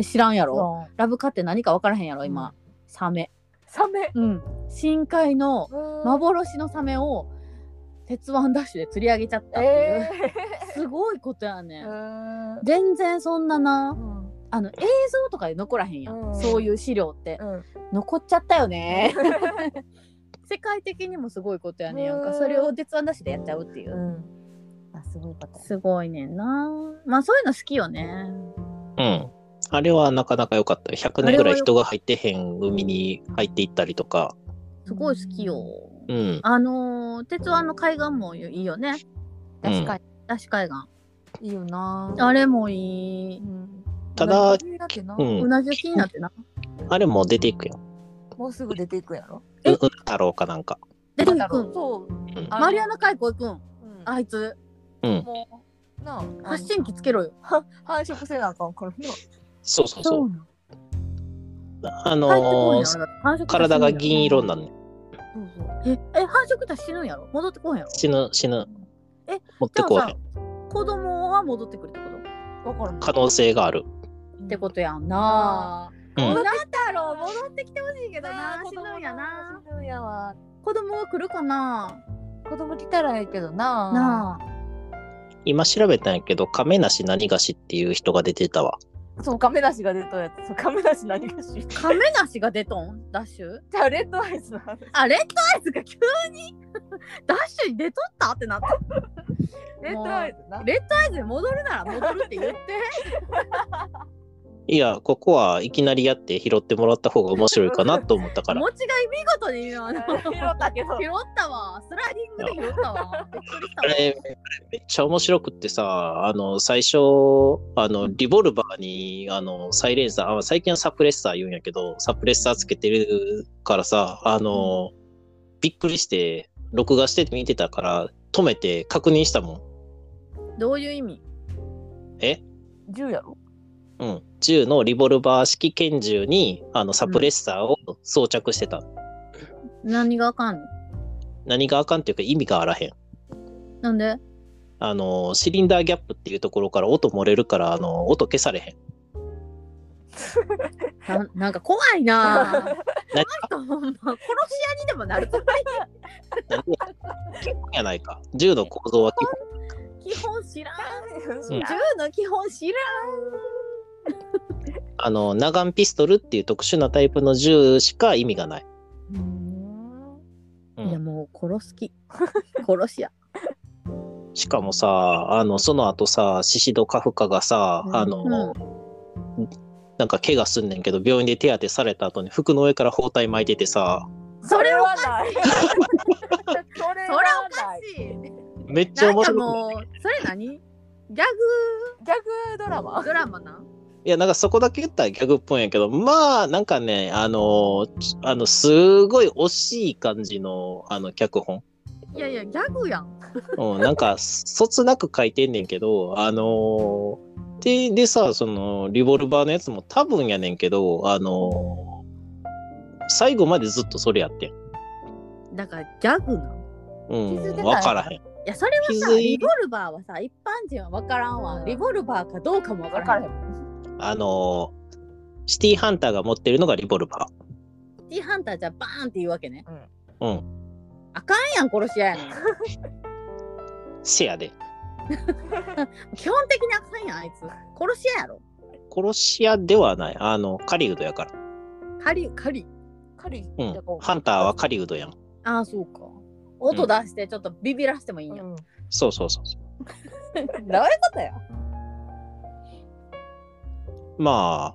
え知らんや
そ
ろラブカって何か分からへんやろ今。サメ。
サメ。
うん、深海の
幻
幻のサメを鉄腕ダッシュで釣り上げちゃったっていう、
え
すごいことやね、
えー。
全然そんなな
うん
あの映像とかで残らへんやん、
うん
そういう資料って、
うん
残っちゃったよね *laughs* 世界的にもすごいことやねんやん
う
か
ん
それを鉄腕ダッシュでやっちゃうっていう、
うん。あ、すごいこと。
すごいねんなまあそういうの好きよね
うん。あれはなかなか良かったよ。100年ぐらい人が入ってへん海に入っていったりとか。
すごい好きよ、
うん。
あのー鉄腕の海岸もいいよね
確かに。
ダッシュ海岸
いいよな。
あれもいい
うん。
ただ
同じだけな
う。
うんなじを気になってな
あれも出ていくよ。
もうすぐ出ていくんやろ。
う、う太郎かなんか。
出てくん
そう。
うん
あの
マリアナ海溝行くん
うん
あいつ
うん。
もう。なあ。
発信機つけろよ
は繁殖せなあかんからな。
そうそうそう。
な
あ
の帰ってこい
の
や
ー、
ろ繁殖したら死ぬんやろ
体が銀色になん
そ
ね。
うそう。
ええ繁殖したら死ぬんやろ戻ってこんやろ
死ぬ、死ぬ。
え
持っ
じ
て
ゃ
こうへ
あさ
ん。
子供は戻ってくるってこと
わからんない。
可能性がある。
ってことやんな
う
なん
ん。
だろう戻ってきてほしいけどな死
死
ぬ
ぬ
ん
ん
や
や
な
な。死ぬんやわ。
子供は来るかな
子供来たらええけどな。
な
今調べたんやけど、亀梨何菓子っていう人が出てたわ。
あ。そう、亀梨が出たやつ。そう亀梨何が知っ
あ亀梨が出とんダッシュ
*laughs* じゃあ、レッドアイズの話。
あレッドアイズが急に *laughs* ダッシュに出とったってなった
レッドアイズな。
*laughs* レッドアイズに戻るなら戻るって言って
いや、ここはいきなりやって拾ってもらった方が面白いかなと思ったから。
持ちが見事にあの
拾ったけど
拾ったわスライディングで拾った *laughs* わびっくりした
あ
わ
れ、めっちゃ面白くってさ、あの、最初、あの、リボルバーに、あの、サイレンサー、あ最近はサプレッサー言うんやけど、サプレッサーつけてるからさ、あの、びっくりして、録画して見てたから、止めて確認したもん。
どういう意味
え
銃やろ
うん。銃のリボルバー式拳銃に、あの、サプレッサーを装着してた。
何があかんの
何があかんっていうか意味があらへん。
なんで
あの、シリンダーギャップっていうところから音漏れるから、あの、音消されへん。
ななんか怖い *laughs* なぁ
何
ほんま殺し屋にでもなる
なんで基本やないか。銃の構造は基本
基本知らん
うん
銃の基本知ら、
あの、ナガンピストルっていう特殊なタイプの銃しか意味がない。
うん
うん
いや
ん、
もう殺す *laughs* 気殺し屋
しかもさ、あの、その後さ、シシドカフカがさ、
うん
あの、なんか怪我すんねんけど、病院で手当てされた後に服の上から包帯巻いててさ、
*laughs* それはない。それ
それは
は
おか
ない。
しい
めっちゃ
なん
面
か
白い。
もうそれ何ギャ
ギャグドラ
グ
マ。
ドラマなん
いや、なんかそこだけ言ったらギャグっぽいんやけど、まあ、なんかね、あの、ちあの、すごい惜しい感じの、あの、脚本。
いやいやギャグやん
うん、なんか、そつなく書いてんねんけど、あのーで、でさ、その、リボルバーのやつも多分やねんけど、あのー最後までずっとそれやってん。
だからギャグなん
う
気づいて
ん、
ない
わからへん。
いやそれは
気
さ
づい
リボルバーはさ一般人は分からんわリボルバーかどうかも分
わ
か
からら
へ
へ
ん
ん。
あのーシティハンターが持ってるのがリボルバ
シティハンターじゃバーンって言うわけね
ー。うん、
あかんやん殺し屋やねん
せやで。
基本的にあかんやんあいつ殺し屋やろ
殺し屋ではない。あの、カリウドやから。
カリカリ
カリ
うん。ハンターはカリウドやん。
ああそうか音出してちょっとビビらしてもいいんや、
うん。
そうそうそう。
どういうことよ
まあ、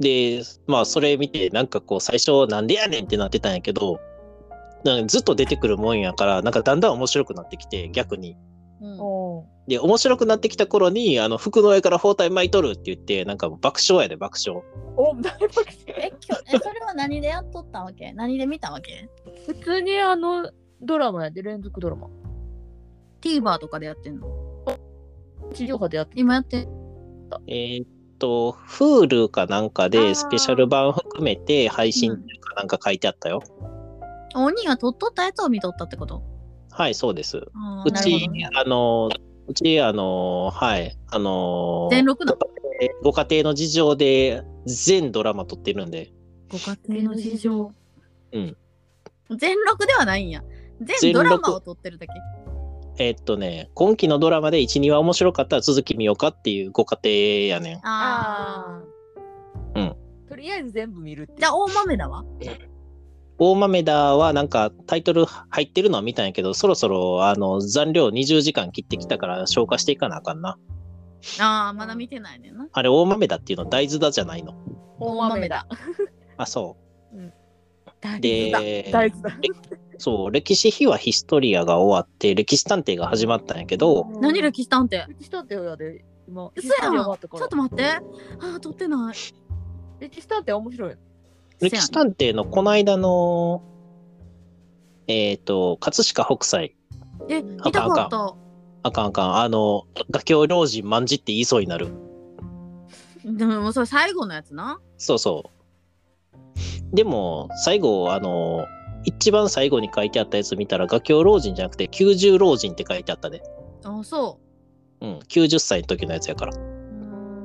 で、まあ、それ見て、なんかこう、最初、なんでやねんってなってたんやけど、なんかずっと出てくるもんやから、なんかだんだん面白くなってきて、逆に。
うん
おう
で、面白くなってきた頃に、あの、服の上から包帯巻いとるって言って、なんかもう爆笑やで、爆笑。
お、大爆笑。
え、今日、え、それは何でやっとったわけ何で見たわけ
普通にあのドラマやで連続ドラマ。
?TVer とかでやってんの
地上波でやって。
今やって。
えーっと、Hulu かなんか
あー
で、スペシャル版含めて配信っていうかなんか書いてあったよ。
お兄が撮っとったやつを見とったってこと
はい、そうです。
あー
う
なるほ
ち
どね、
あの、うち、あの、はい、あの、
全録の
ご家庭の事情で全ドラマ撮ってるんで、
ご家
庭の事
情。
うん
全録ではないんや全
全
ド
録
ラマを撮ってるだけ
えっとね、今期のドラマで1、2話面白かったら続き見ようかっていうご家庭やねん。
ああ
ー
うん
とりあえず全部見るっていう
じゃあ大豆だわ
大豆田はなんかタイトル入ってるのは見たんやけど、そろそろあの残量20時間切ってきたから消化していかなあかんな。
ああまだ見てないねんな
あれ大豆田っていうの大豆だじゃないの。
大豆だ
あ、そ
大
う。
豆だ
で、
大豆だ
そう、歴史秘話ヒストリアが終わって、歴史探偵が始まったんやけど、
何歴史探偵
歴史探偵やで今
嘘やんち
歴史探偵終わ
ょ
ったから
っと待ってああ撮ってない
歴史探偵面白い
歴史探偵のこの間の、えっ、と、葛飾北斎、
え見たかった
あかんあかん、あの、画教老人まんじって言いそうになる。
でももうそれ最後のやつな
そうそう。でも、最後、あの、一番最後に書いてあったやつ見たら、画狂老人じゃなくて、90老人って書いてあったで。
あそ
うん、90歳の時のやつやから。
ううー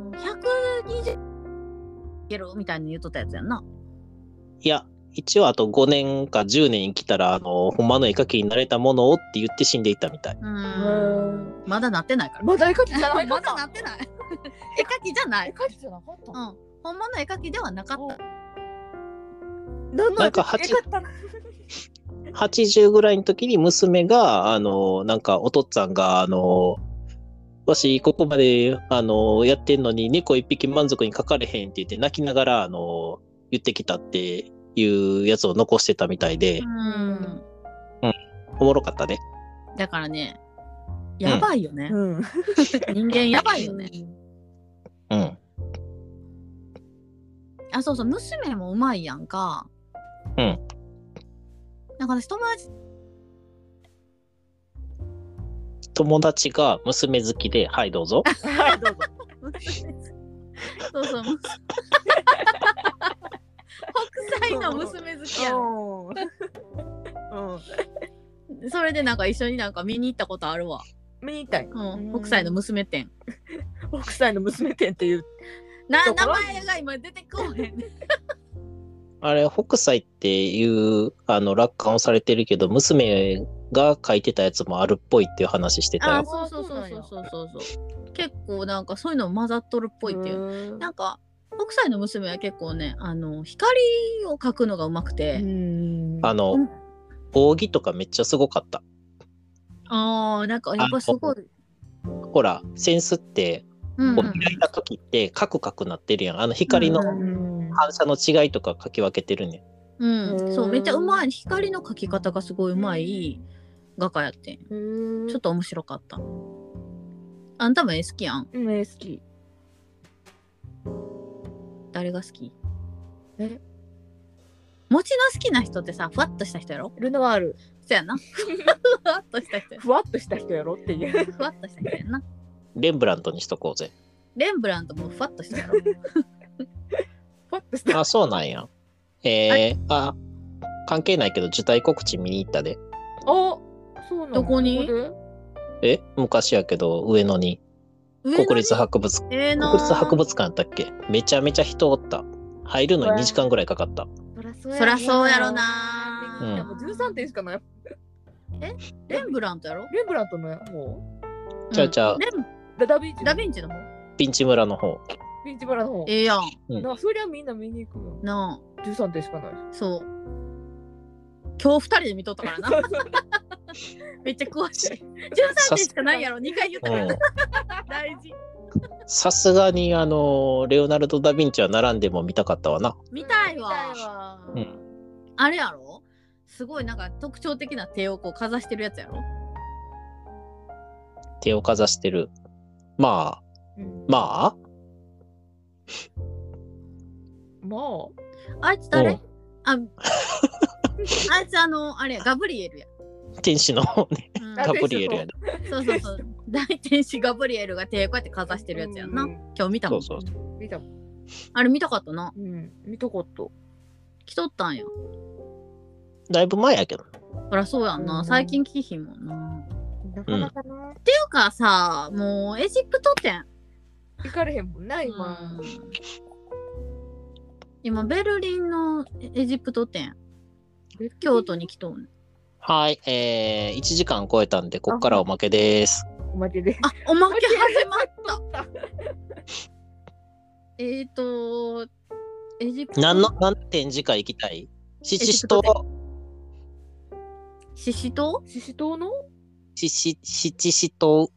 ん120いけるみたいに言っとったやつやんない
や、一応あと5年か10年生きたら、あの、ほんまの絵描きになれたものをって言って死んでいったみたい。
うーんまだなってないから
まだ絵描きじゃない
まだなってない絵描きじゃない
絵描きじゃなかった
うん本物の絵描きではなかった
何の
な
絵
んか
描き
鉢
絵描いたの
80ぐらいの時に娘が、あの、なんかお父っつぁんが、あの、わし、ここまで、あの、やってんのに、猫一匹満足にかかれへんって言って、泣きながら、あの、言ってきたっていうやつを残してたみたいで
う、ん
おもろかったね。
だからねやばいよね、
うん
人間やばいよね
うん。
あそうそう娘もうまいやんか
うん
なんか私友達
友達が娘好きで、はい、どうぞ。
はいどうぞ
そうそう *laughs* 娘北斎の娘好きやん
うんうん
それでなんか一緒になんか見に行ったことあるわ、
見に行ったんや
うん、
うん
北斎の娘店
北斎の娘店っていう
な
そ
名
こ
前が今出てこへんね
あれ、北斎っていう、あの、楽観をされてるけど、娘が書いてたやつもあるっぽいっていう話してた
あ
よ。
そうそうそうそうそうそうそう結構なんかそういうの混ざっとるっぽいっていう
う
なんか北斎の娘は結構ねあの光を描くのがうまくて、
ん
あの、扇とかめっちゃすごかった。
ああなんかやっぱすごい、
ほら、センスっ
う
て、
んう
こ
ん
う開いた時ってカクカクなってるやん。あの光の
うん
うん
反射の違いとか書き分けてるね。
うん、そう
うん
めっちゃうまい光の描き方がすごいうまい画家やってんち
ち
ょっと面白かったあんたも絵好きやん
うん絵好き
誰が好き
え
餅の好きな人ってさふわっとした人やろ
ルノワール
そ *laughs* やなふわっとした人や
ふわっとした人やろっていう
ふわっとした人やな
レンブラントにしとこうぜ。
レンブラントもふわっとした
*laughs*
やろ
*laughs* ふわっとした
あ、そうなんや。えー、あ、関係ないけど、受胎告知見に行ったで。
おそうなの
どこに
で
え昔やけど、上野に。国立博物館。
ええな
国立博物館やったっけめちゃめちゃ人おった。入るのに2時間ぐらいかかった。
そらそ
そらそうやろな
うん
でも13点しかない
レンブラントやろ
レンブラントのやも
ちゃうちゃうん
レン
うダダビンチ
ダヴィンチの方
ピンチ村の方。
ビンチバラの方
ええやん
うん
なそりゃみんな見に行くよ
な
13点しかない
あそう今日二人で見とったから
*laughs*
なめっちゃ詳しい13点しかないやろ2回言った
う
から
ん
な *laughs* 大事
さすがに、あの、レオナルド・ダ・ヴィンチは並んでも見たかったわな。
見たいわ
うん
あれやろすごいなんか特徴的な手をこうかざしてるやつやろ
手をかざしてる。まあ、
うん
まあ
まあ
あいつ
う
誰
ん
あ *laughs* あいつあのあれやガブリエルや、
天使の方ね、
うん
ガ
ガブリエルやで。
そうそうそう大天使ガブリエルが手こうやってかざしてるやつやんな
うん
今日見た
そ
もん
うそうそう。
見たもん
あれ見たかったな
うん見たこと
来とったんや
だいぶ前やけど。
そりゃそうやん
う
なん最近来ひんもんなてい
なかなかな
うかさもうエジプト展
行かれへんもんな今
うん今ベルリンのエジプト展京都に来とんね
はい、えー、1時間超えたんで、こっからおまけです。
おまけで。
あ、おまけ始まっ
った。
*laughs* えっと、エジプト。
何の、何の展示会行きたいシシシトウ、
シシトウ
シシトウの
シシ、シチシト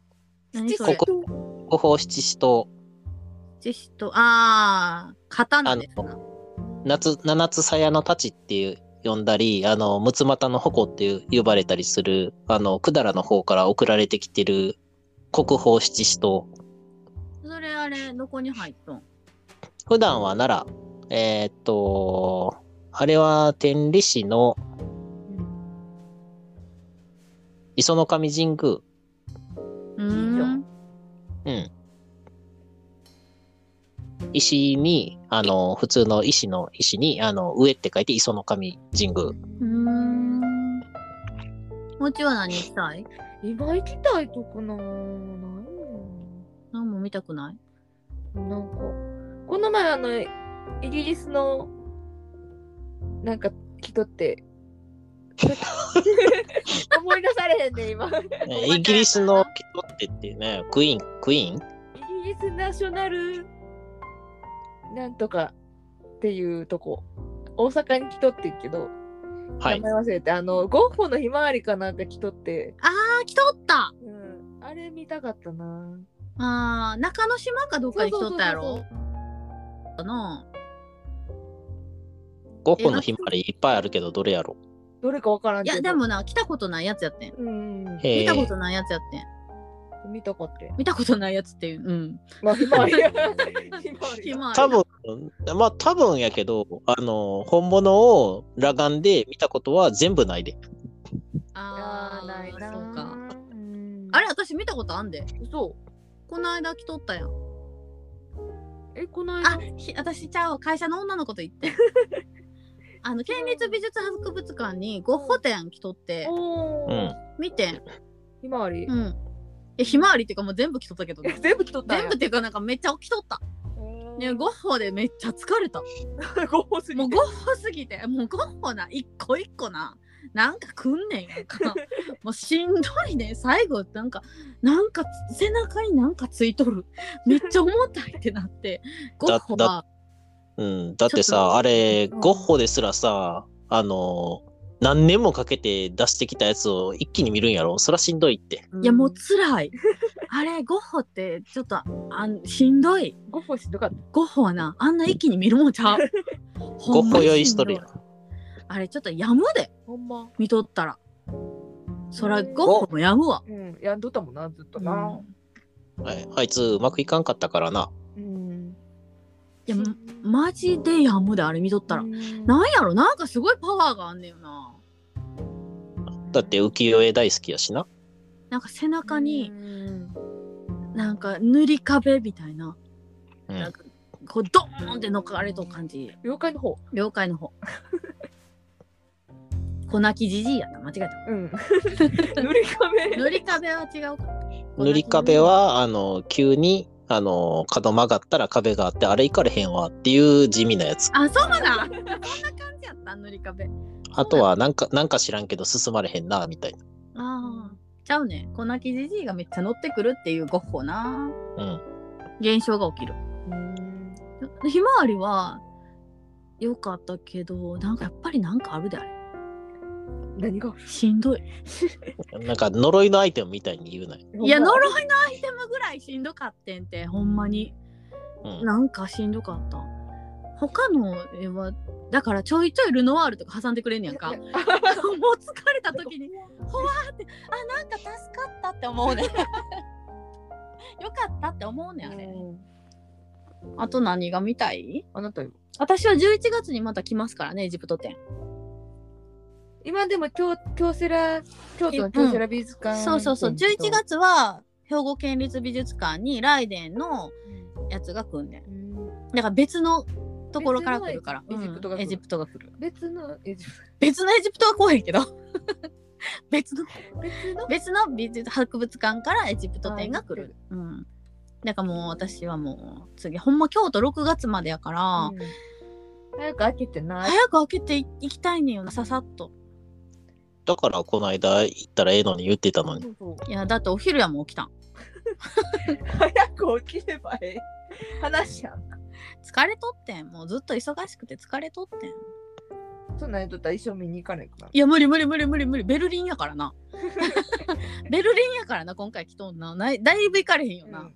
何そ
ウ、
れ
ここ、ここシチシト
シシトウ。あー、刀ですな。
ウ、夏、七つ鞘の太刀っていう、呼んだり、あの、六つ股の矛っていう呼ばれたりする、あの、百済の方から送られてきてる国宝七支刀。
それあれ、どこに入っとん
普段は奈良。えーっと、あれは天理市の磯の神神宮。
う
近所
ーん。
うん。石に、あの、普通の石の石に、あの、上って書いて磯の神神宮。
うーん。もちは何したい
今行きたいとこなないよ
何も見たくない
ななんかこの前あのイギリスのなんか人って *laughs* 思い出されへんね今
*laughs*
えイギリスの人ってってね、クイーン、クイー
イ
ン
ギリスナショナルなんとかっていうとこ大阪に来とってんけど、
はい
名。前忘れてあのゴッホのひまわりかなんか来とって、
あー、来とった
うん、あれ見たかったな
あー、中之島かどっかに来とったや
そう
ろ
そう
かな
ゴッホのひまわりいっぱいあるけど、どれやろ
どれかわからん
い
けど
や、でもな、来たことないやつやってん。
うんうん
へ
見
え
たことないやつやってん。
見たかったよ
見たことないやつっていう。うん。
まあ、ひ
*laughs*
まわりや。
ひまわり
多分、まあ多分やけど、あの、本物を裸眼で見たことは全部ないで。
あー、ないな。そうか。
うん
あれ、私見たことあんで。
そ
この間来とったやん。
う。え、この間
あ。、ひ私ちゃうわ会社の女の子と言って *laughs* ん。あの、県立美術博物館にゴッホ展来とって、
お
う
お
ん。。
見てん。
ひまわり
う。ん。いや、ひまわりっていうかもう全部来とったけど
*laughs*
ね
え全部来とったんや。
全部っていうかなんかめっちゃ起きとった。
部
ね、ゴッホでめっちゃ疲れた。
ごほすぎ
もう
て。
ゴッホすぎて、もうゴッホな、一個一個な、なんかくんねんや
*laughs*
んか。もうしんどいねん、最後、なんか、なんか背中になんかついとる。めっちゃ重たいってな
*laughs*
って、ゴッホは、
うん、だって
ちょっ
さ、
と
あれ、
うん
ゴッホですらさ、あの、何年もかけて出してきたやつを一気に見るんやろそらしんどいって。
いやもう辛い。あれ、ゴッホってちょっとあんしんどい。
ゴッホしんどかった。
ゴッホはな、あんな一気に見るもんち
*laughs*
ゃう。
ゴッホ酔いしと
と
るやん。
あれ、ちょっとやむで、
ほんま。
見とったら。そら、ゴッホもやむわ。
うん、やんどったもんな、ずっとな。
はいあいつ、うまくいかんかったからな。
うん。
いや、マジでやむで、あれ見とったら。
な。
なんやろなんかすごいパワーがあんねんな。
だって浮世絵大好きやしな。
なんか背中に
うん。
なんか塗り壁みたいな、
うん
なんかこうドーンってのっかれとる感じ
妖怪の方。
了解の方 *laughs* 粉きじじいやな間違えた
*laughs*
*laughs*
うん。塗り壁。
塗り壁は違うか
塗り壁は、あの、急に、あの、角曲がったら壁があって、あれ行かれへんわっていう地味なやつ。
あそうなんそんな感じやった塗り壁
あとは、なんか、なんか知らんけど進まれへんな、みたいな。
ああちゃうね粉きじじいがめっちゃ乗ってくるっていうゴッホな
うん。
現象が起きる
うん
ひまわりは良かったけどなんかやっぱりなんかあるであれ
何が。
しんどい
なんか、呪いのアイテムみたいに言うなよ。
いや、
ほんま
呪いのアイテムぐらいしんどかってんて、ほんまに。
うん。
なんかしんどかった。他の絵は、だからちょいちょいルノワールとか挟んでくれんねやんか。もう疲れた時に、ほわーって、あ、なんか助かったって思うねん。よかったって思うねん、あれ。
うん
あと何が見たい
あなたよ。
私は11月にまた来ますからね、エジプト展。
今でも京京セラ京都の京セラ美術館、
そうそうそう、11月は兵庫県立美術館にライデンのやつが来んねん。
うん
だから別のところから来るから。
別のエジプトが来る
うんエジプトが来る。
別のえじ
別のエジプトは来へんけど。 *laughs* 別の、
別の
別の美術博物館からエジプト展が来る。うん。だからもう私はもう次、ほんま京都6月までやから、
うん早く開けてない。
早く開けていいきたいねんよなささっと
だからこの間行ったらええのに言ってたのに。
そうそう
いやだってお昼やもん起きたん
早く起きればええ話やん。
疲れとってんもうずっと忙しくて疲れとってん
そんなんやっとったら一生見に行かないから。
いや無理無理無理無理無理ベルリンやから *laughs* なベルリンやからな今回来とんなないだいぶ行かれへんよな、
うん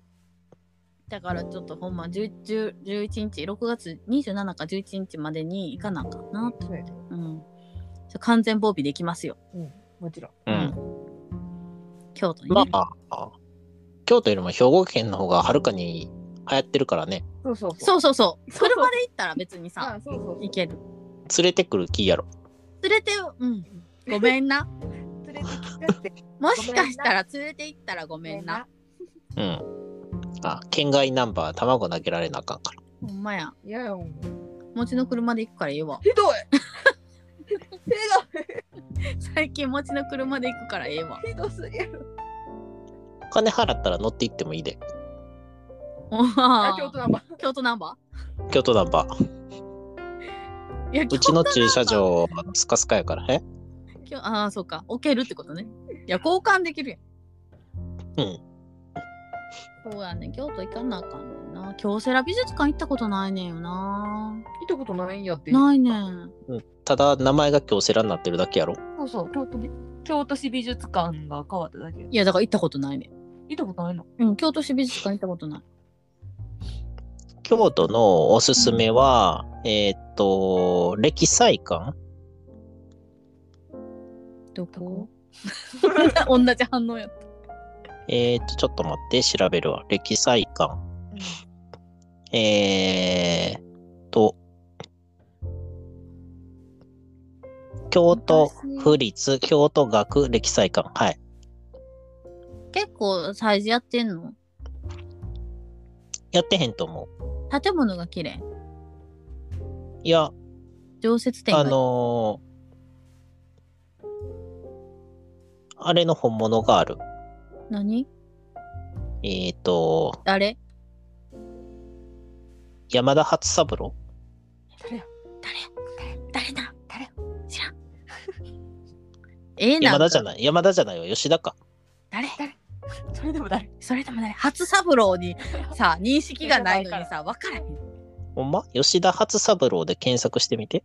だからちょっとほんま10 10 11日6月27か11日までに行かなあかんなと、
そうやで
うん、ちょ完全防備できますよ
もちろん。
うん。
京都に、
ま
ね
あ、あ京都よりも兵庫県の方がはるかに流行ってるからね。
そうそうそう。
そうそうそう
そうそう
車で行ったら別にさ
あそうそうそう
行ける
連れてくる気やろ。
連れてうんごめんな *laughs*
連れてきたって。
もしかしたら連れて行ったらごめ
*laughs*
んな。
うん。あ、県外ナンバー、卵投げられなあかんから。
ほんまや
いやよ。
持ちの車で行くからええわ
ひどい。手
最近持ちの車で行くからええ *laughs* わ
がひどすぎる。
お金払ったら乗って行ってもいいで。
お
あ
ー
京都ナンバ
*laughs*
ー。
京都ナンバ
京都ナンバー。
ーいや
うちの駐車場、スカスカやから。え
今日ああそうか置けるってことねいや交換できるやん
うん
そうやね京都行かなあかんねんな京セラ美術館行ったことないねんよな
見たことないんやって。
ないねん
ただ、名前が京セラになってるだけやろ。
そうそう。京都美京都市美術館が変わっただけ。
いやだから行ったことないね
見たことないの。
んうん京都市美術館行ったことない
京都のおすすめは、えーっと、歴祭館
どこ *laughs* 同じ反応やった
えーっと、ちょっと待って、調べるわ。歴祭館。えー、と、京都府立京都学歴祭館。はい。
結構サイズやってんの
やってへんと思う。
建物が綺麗
いや、
常設店が
あのーあれの本物がある。
何
えー、と、
誰
山田初三郎
誰や。
誰だ
誰
知 *laughs* らんええな
山田じゃない。山田じゃないよ。吉田か。
誰
それでも誰。
それでもね、初三郎
*laughs*
にさ、認識がないのにさ、分からへん。
ほんま吉田初三郎で検索してみて。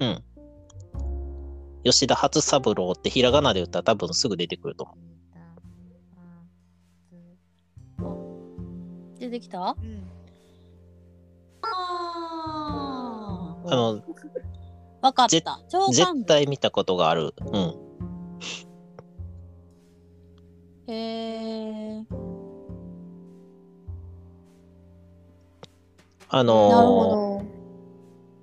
うん。吉田初三郎ってひらがなで打ったら多分すぐ出てくると思う。
出てきたあ
うん。 *laughs*
あ
あの、
ー。分かっ
ぜ
た。超感
絶
動。
対見たことがある。うん。
へえ。
あ
なる
の
ほ
ー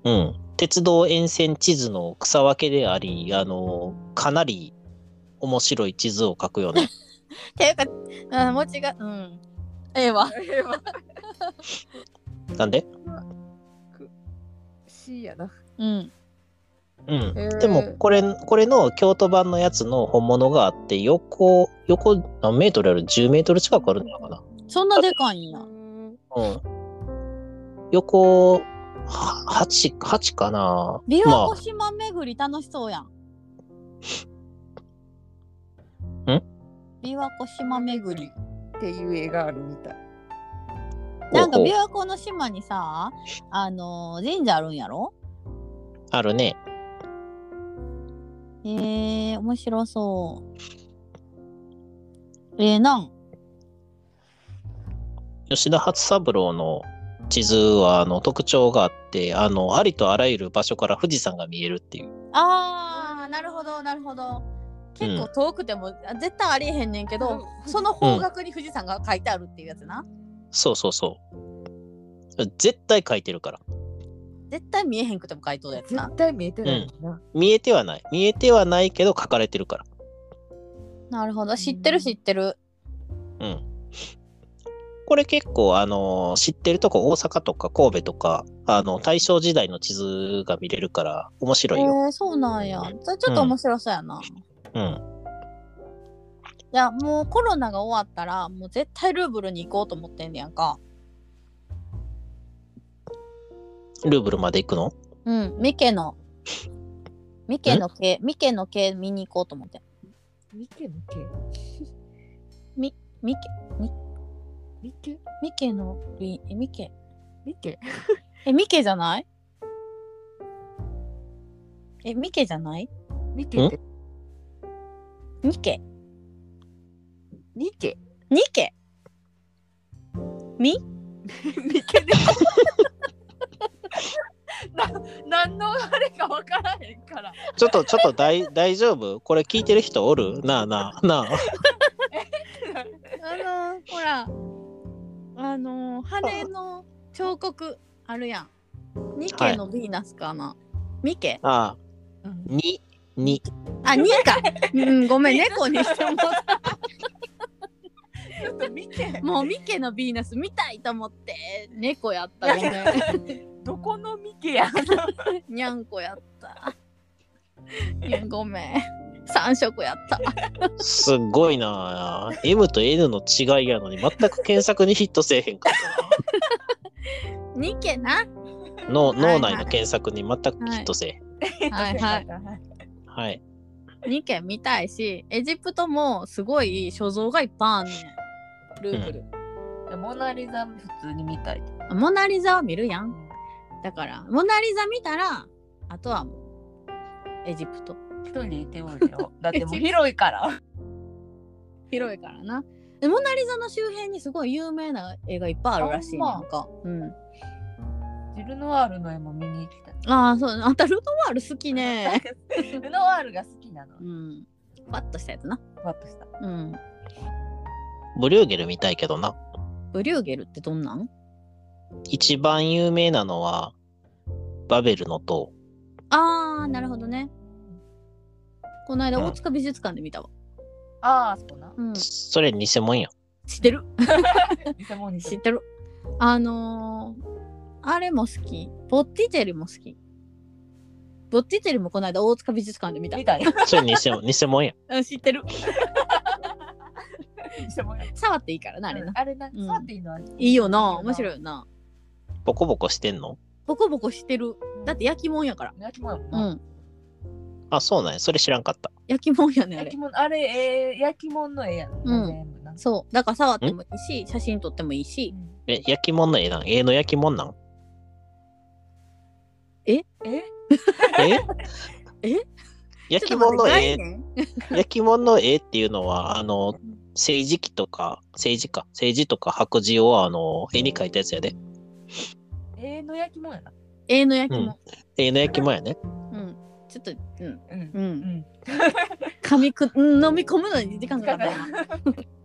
うん。鉄道沿線地図の草分けであり、あのーかなり面白い地図を描くよ *laughs* ね。
ど。ていうか、うん、もちが、うん。ええわ。
なんで
C やな。
うん。
うん
へー。
でも、これ、これの京都版のやつの本物があって、横、横、何メートルある ?10 メートル近くあるんじゃないかな。
そんなでかいんや。
うん。横、は8、8かな
琵
ま
琶
あ
湖島巡り楽しそうやん。
ん
琵琶湖島巡り。
っていう映画あるみたい。
なんか
おお
琵琶湖の島にさ、あのー神社あるんやろ
あるね。
えー、面白そう。ええなん。
吉田初三郎の地図はあの特徴があってあのありとあらゆる場所から富士山が見えるっていう
あー、なるほど、なるほど。結構遠くても、あ絶対ありえへんねんけど、その方角に富士山が書いてあるっていうやつな。
そうそうそう絶対書いてるから
絶対見えへんくても書いとるやつな。
絶対見えてないもんな。
見えてはない見えてはないけど書かれてるから
なるほど、知ってる知ってる。
うんこれ結構あの知ってるとこ大阪とか神戸とかあの大正時代の地図が見れるから面白
え
いよ、
ー、そうなんや。それちょっと面白そうやな。い
うん
や、もうコロナが終わったら、もう絶対ルーブルに行こうと思ってんねやんか。
ルーブルまで行くの
うん、ミケの、ミケの系、ミケの系見に行こうと思って。
見て見て
ミケ、
見て
ミケの、みえミケ。
見て
え、ミケじゃないえ、ミケじゃない
見てて
ミケ。
見て
ニケ。
見て *laughs* ねな何のあれか分からへんから
ちょっと、ちょっと大、 *laughs* 大丈夫これ聞いてる人おるなあなあ、なあ。
あのー、ほら、あのー、羽の彫刻あるやん。ニケのヴィーナスかな。ミケ
ああ
うん、
に、に、
あ、ニ *laughs* か。うん、ごめん、猫にしてもうた
ちょっと見
*laughs*
て
もうミケのヴィーナス見たいと思って、猫やった。ごめん。
どこの見てや
にゃんこやった。いやごめん。三色やった。
すっごいなあ。M と N の違いやのに、全く検索にヒットせえへんかっ
ニケな。は
たな。脳
はいは
脳
い
内の検索に全くヒットせえへん。
いはい。
はい。
ニケ見たいし、エジプトもすごい所蔵がいっぱいあんねん
ルーブル、モナ・リザ普通に見たい
あ。モナリザは見るやん。だから、モナリザ見たら、あとはもう、エジプト。
一人でいておる *laughs* よだってもう広いから
広いからな。でモナリザの周辺にすごい有名な絵がいっぱいあるらしいね
あほんま
なんか。うん。
ジルノワールの絵も見に行きたい
ああ、そう。あんたルノワール好き
*laughs*
ね。
ルノワールが好きなの
うん。ふわっとしたやつな。
ふわっとした
うん。
ブリューゲル見たいけどな。
ブリューゲルってどんなん
一番有名なのは、バベルの塔。
あーなるほどねこの間
うん
大塚美術館で見たわ、
ああそうな
うん知
それ偽物や。
ってる
偽物に
知ってるあのー、あれも好きボッティチェリも好きボッティチェリもこの間大塚美術館で見た
みたい
それ偽 *laughs* 偽物や。
うん知ってる
偽物や
触っていいからなあれな、
あれな
うん
触っていいのあれ
いいよな面白いよな
ボコボコしてんの
ボコボコしてるだって焼きもんやから
焼き物やもん
う
なん
あ、そうなんや。それ知らんかった。
焼きもんやねんあ
焼
れ
き物あれえー焼き物の絵やん
うん
全部な
そうだから触ってもいいし写真撮ってもいいし
え、焼き物の絵なん絵の焼き物なん
え
え
*laughs* え
焼き物の
ちょっと待って概、
絵
念
焼き物の絵っていうのは、あの、政治記とか、政治か、政治とか白磁をあの、絵に描いたやつやで。
絵の焼き物やな
絵の焼きもん
絵の焼き物やね。
うん、ちょっとうん
うん
う
うんん
噛みくうん飲み込むのに時間かかったな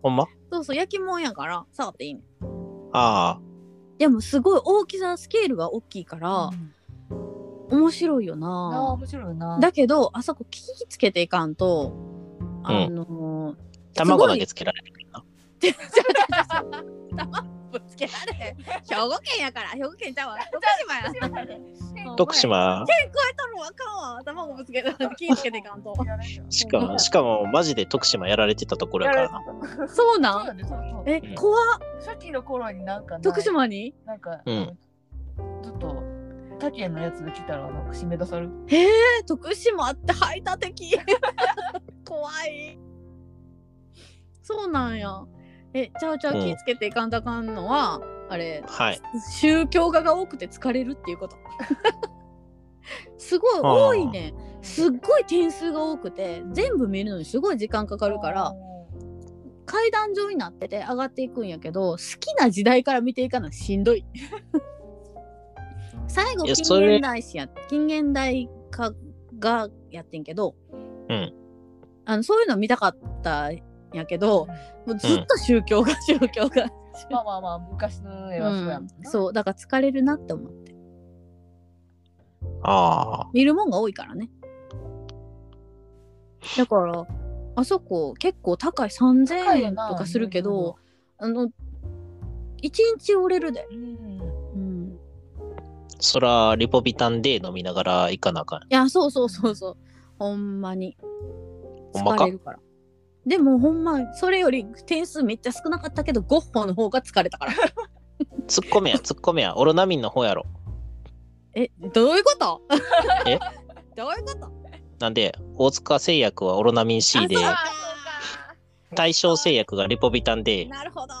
ほんま
そうそう焼きもんやから触っていいね
あ
でもすごい大きさスケールが大きいから
あ、
面白いよ
あー
な
面白いな
だけどあそこ聞きつけていかんとあの
あ、卵投
すご
げ
い
つけられる。
ー、ぶつけられへん兵庫県やから兵庫県ちゃうわ徳島 *laughs* や
徳島、
超えとるわかんわ卵ぶつけたら気ぃつけていかんと
しかも、しかも、マジで徳島やられてたところやからな。
そう
そう
なん
だねそうそう
え
うん
怖っ
初期の頃になんかない
徳島に
なんか、
うん
ちょっと他県のやつが来たらなんか締め出される
へえ徳島って排他的 *laughs* 怖いそうなんやえちゃうちゃう
うん
気ぃつけていかんとあかんのは、あれ
はい。
宗教画が多くて疲れるっていうこと *laughs* すごい多いねすっごい点数が多くて全部見るのにすごい時間かかるから階段状になってて上がっていくんやけど好きな時代から見ていかなしんどい最後
*laughs* いや
近
それ
現代史や近現代化がやってんけど、
うん
あのそういうの見たかったんやけどもうずっと宗教が、宗教が、
まあまあまあ昔の絵はそうやもんな、
うんそうだから疲れるなって思って
ああ。
見るもんが多いからねだからあそこ結構高い
高
3000
いよ
円
な
とかするけどあの一日折れるで、
うん
うん、
そら、リポビタンで飲みながら行かなあかん。
いや、そうそうそうそう。ほんまに。
ほんまか
疲れるから。でもほんま、それより点数めっちゃ少なかったけど、ゴッホの方が疲れたから。
ツッコめや、ツッコめや。オロナミンの方やろ。
えどういうこと
え
*laughs* どういうこと
なんで、大塚製薬はオロナミン C で
あ、そう
大正製薬がリポビタンで、
なるほど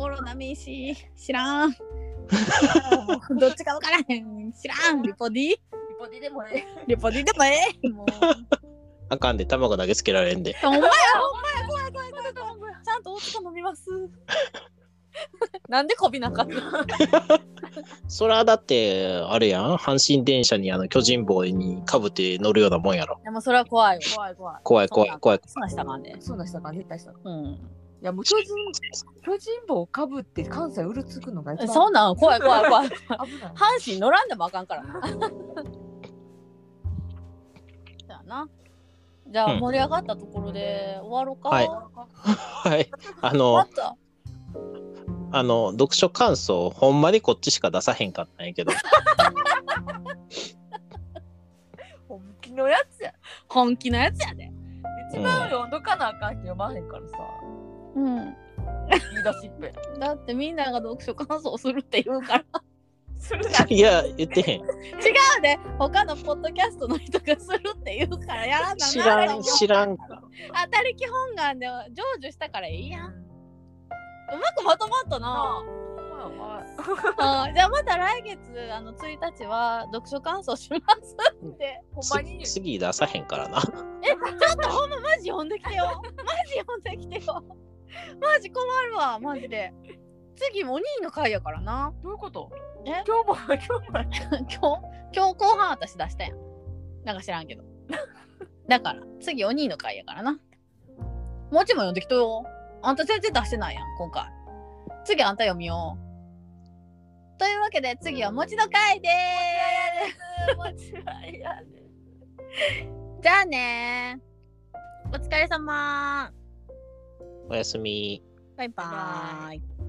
オロナミン C 知らん *laughs* どっちか分からへん知らんリポ D
リポディでもね。
リポ D でもええもうほん
あかんで卵投げつけられんで。
まやほんまや怖い怖い怖い怖いちゃんと大塚飲みます
*laughs*
なんでこびなかった
そらだって、あれやん、阪神電車にあの巨人帽にかぶって乗るようなもんやろ。
でもそれは怖いよ
怖い怖い。
怖い怖い怖い。
そんなんしたからね
そうなしたから絶対した。い
うん
やもう巨人巨人帽かぶって関西うるつくのが一番
そんなん怖い怖い *laughs* 怖い阪
危ない。
神乗らんでもあかんから
*laughs*
なそうやなじゃあ
うん
盛り上がったところで終わろうか、
はいはい。あの
ま、た
あの、読書感想、ほんまにこっちしか出さへんかったんやけど、
本気のやつや。
本気のやつやで
一番読んどかなあかんけど読まへんからさ。
うん
言い出しっぺ。
だってみんなが読書感想するって言うから
するな。
いや、言ってへん。
なんで他のポッドキャストの人がするって言うからやらな
知
な
らん、知らん。
当たり基本願で成就したからいいやんうまくまとまったな
*laughs*
うんじゃあまた来月あの1日は読書感想しますって。
ほん
す
まに。
次出さへんからな。
え、ちょっとほんまマジ読んできてよ。マジ読んできてよ。マジ困るわ、マジで。次も2位の回やからな。
どういうこと
え
今日も今日も
*laughs* 今日、今日後半私出したやん。なんか知らんけ *laughs* ど。だから、次お2位の回やからな。もちも読んできてよ。あんた全然出してないやん、今回。次あんた読みよう。というわけで、次はもちの回でーす。
間違いやね。
じゃあねー。お疲れ様
おやすみ。
バイバ
バイ
ーイ。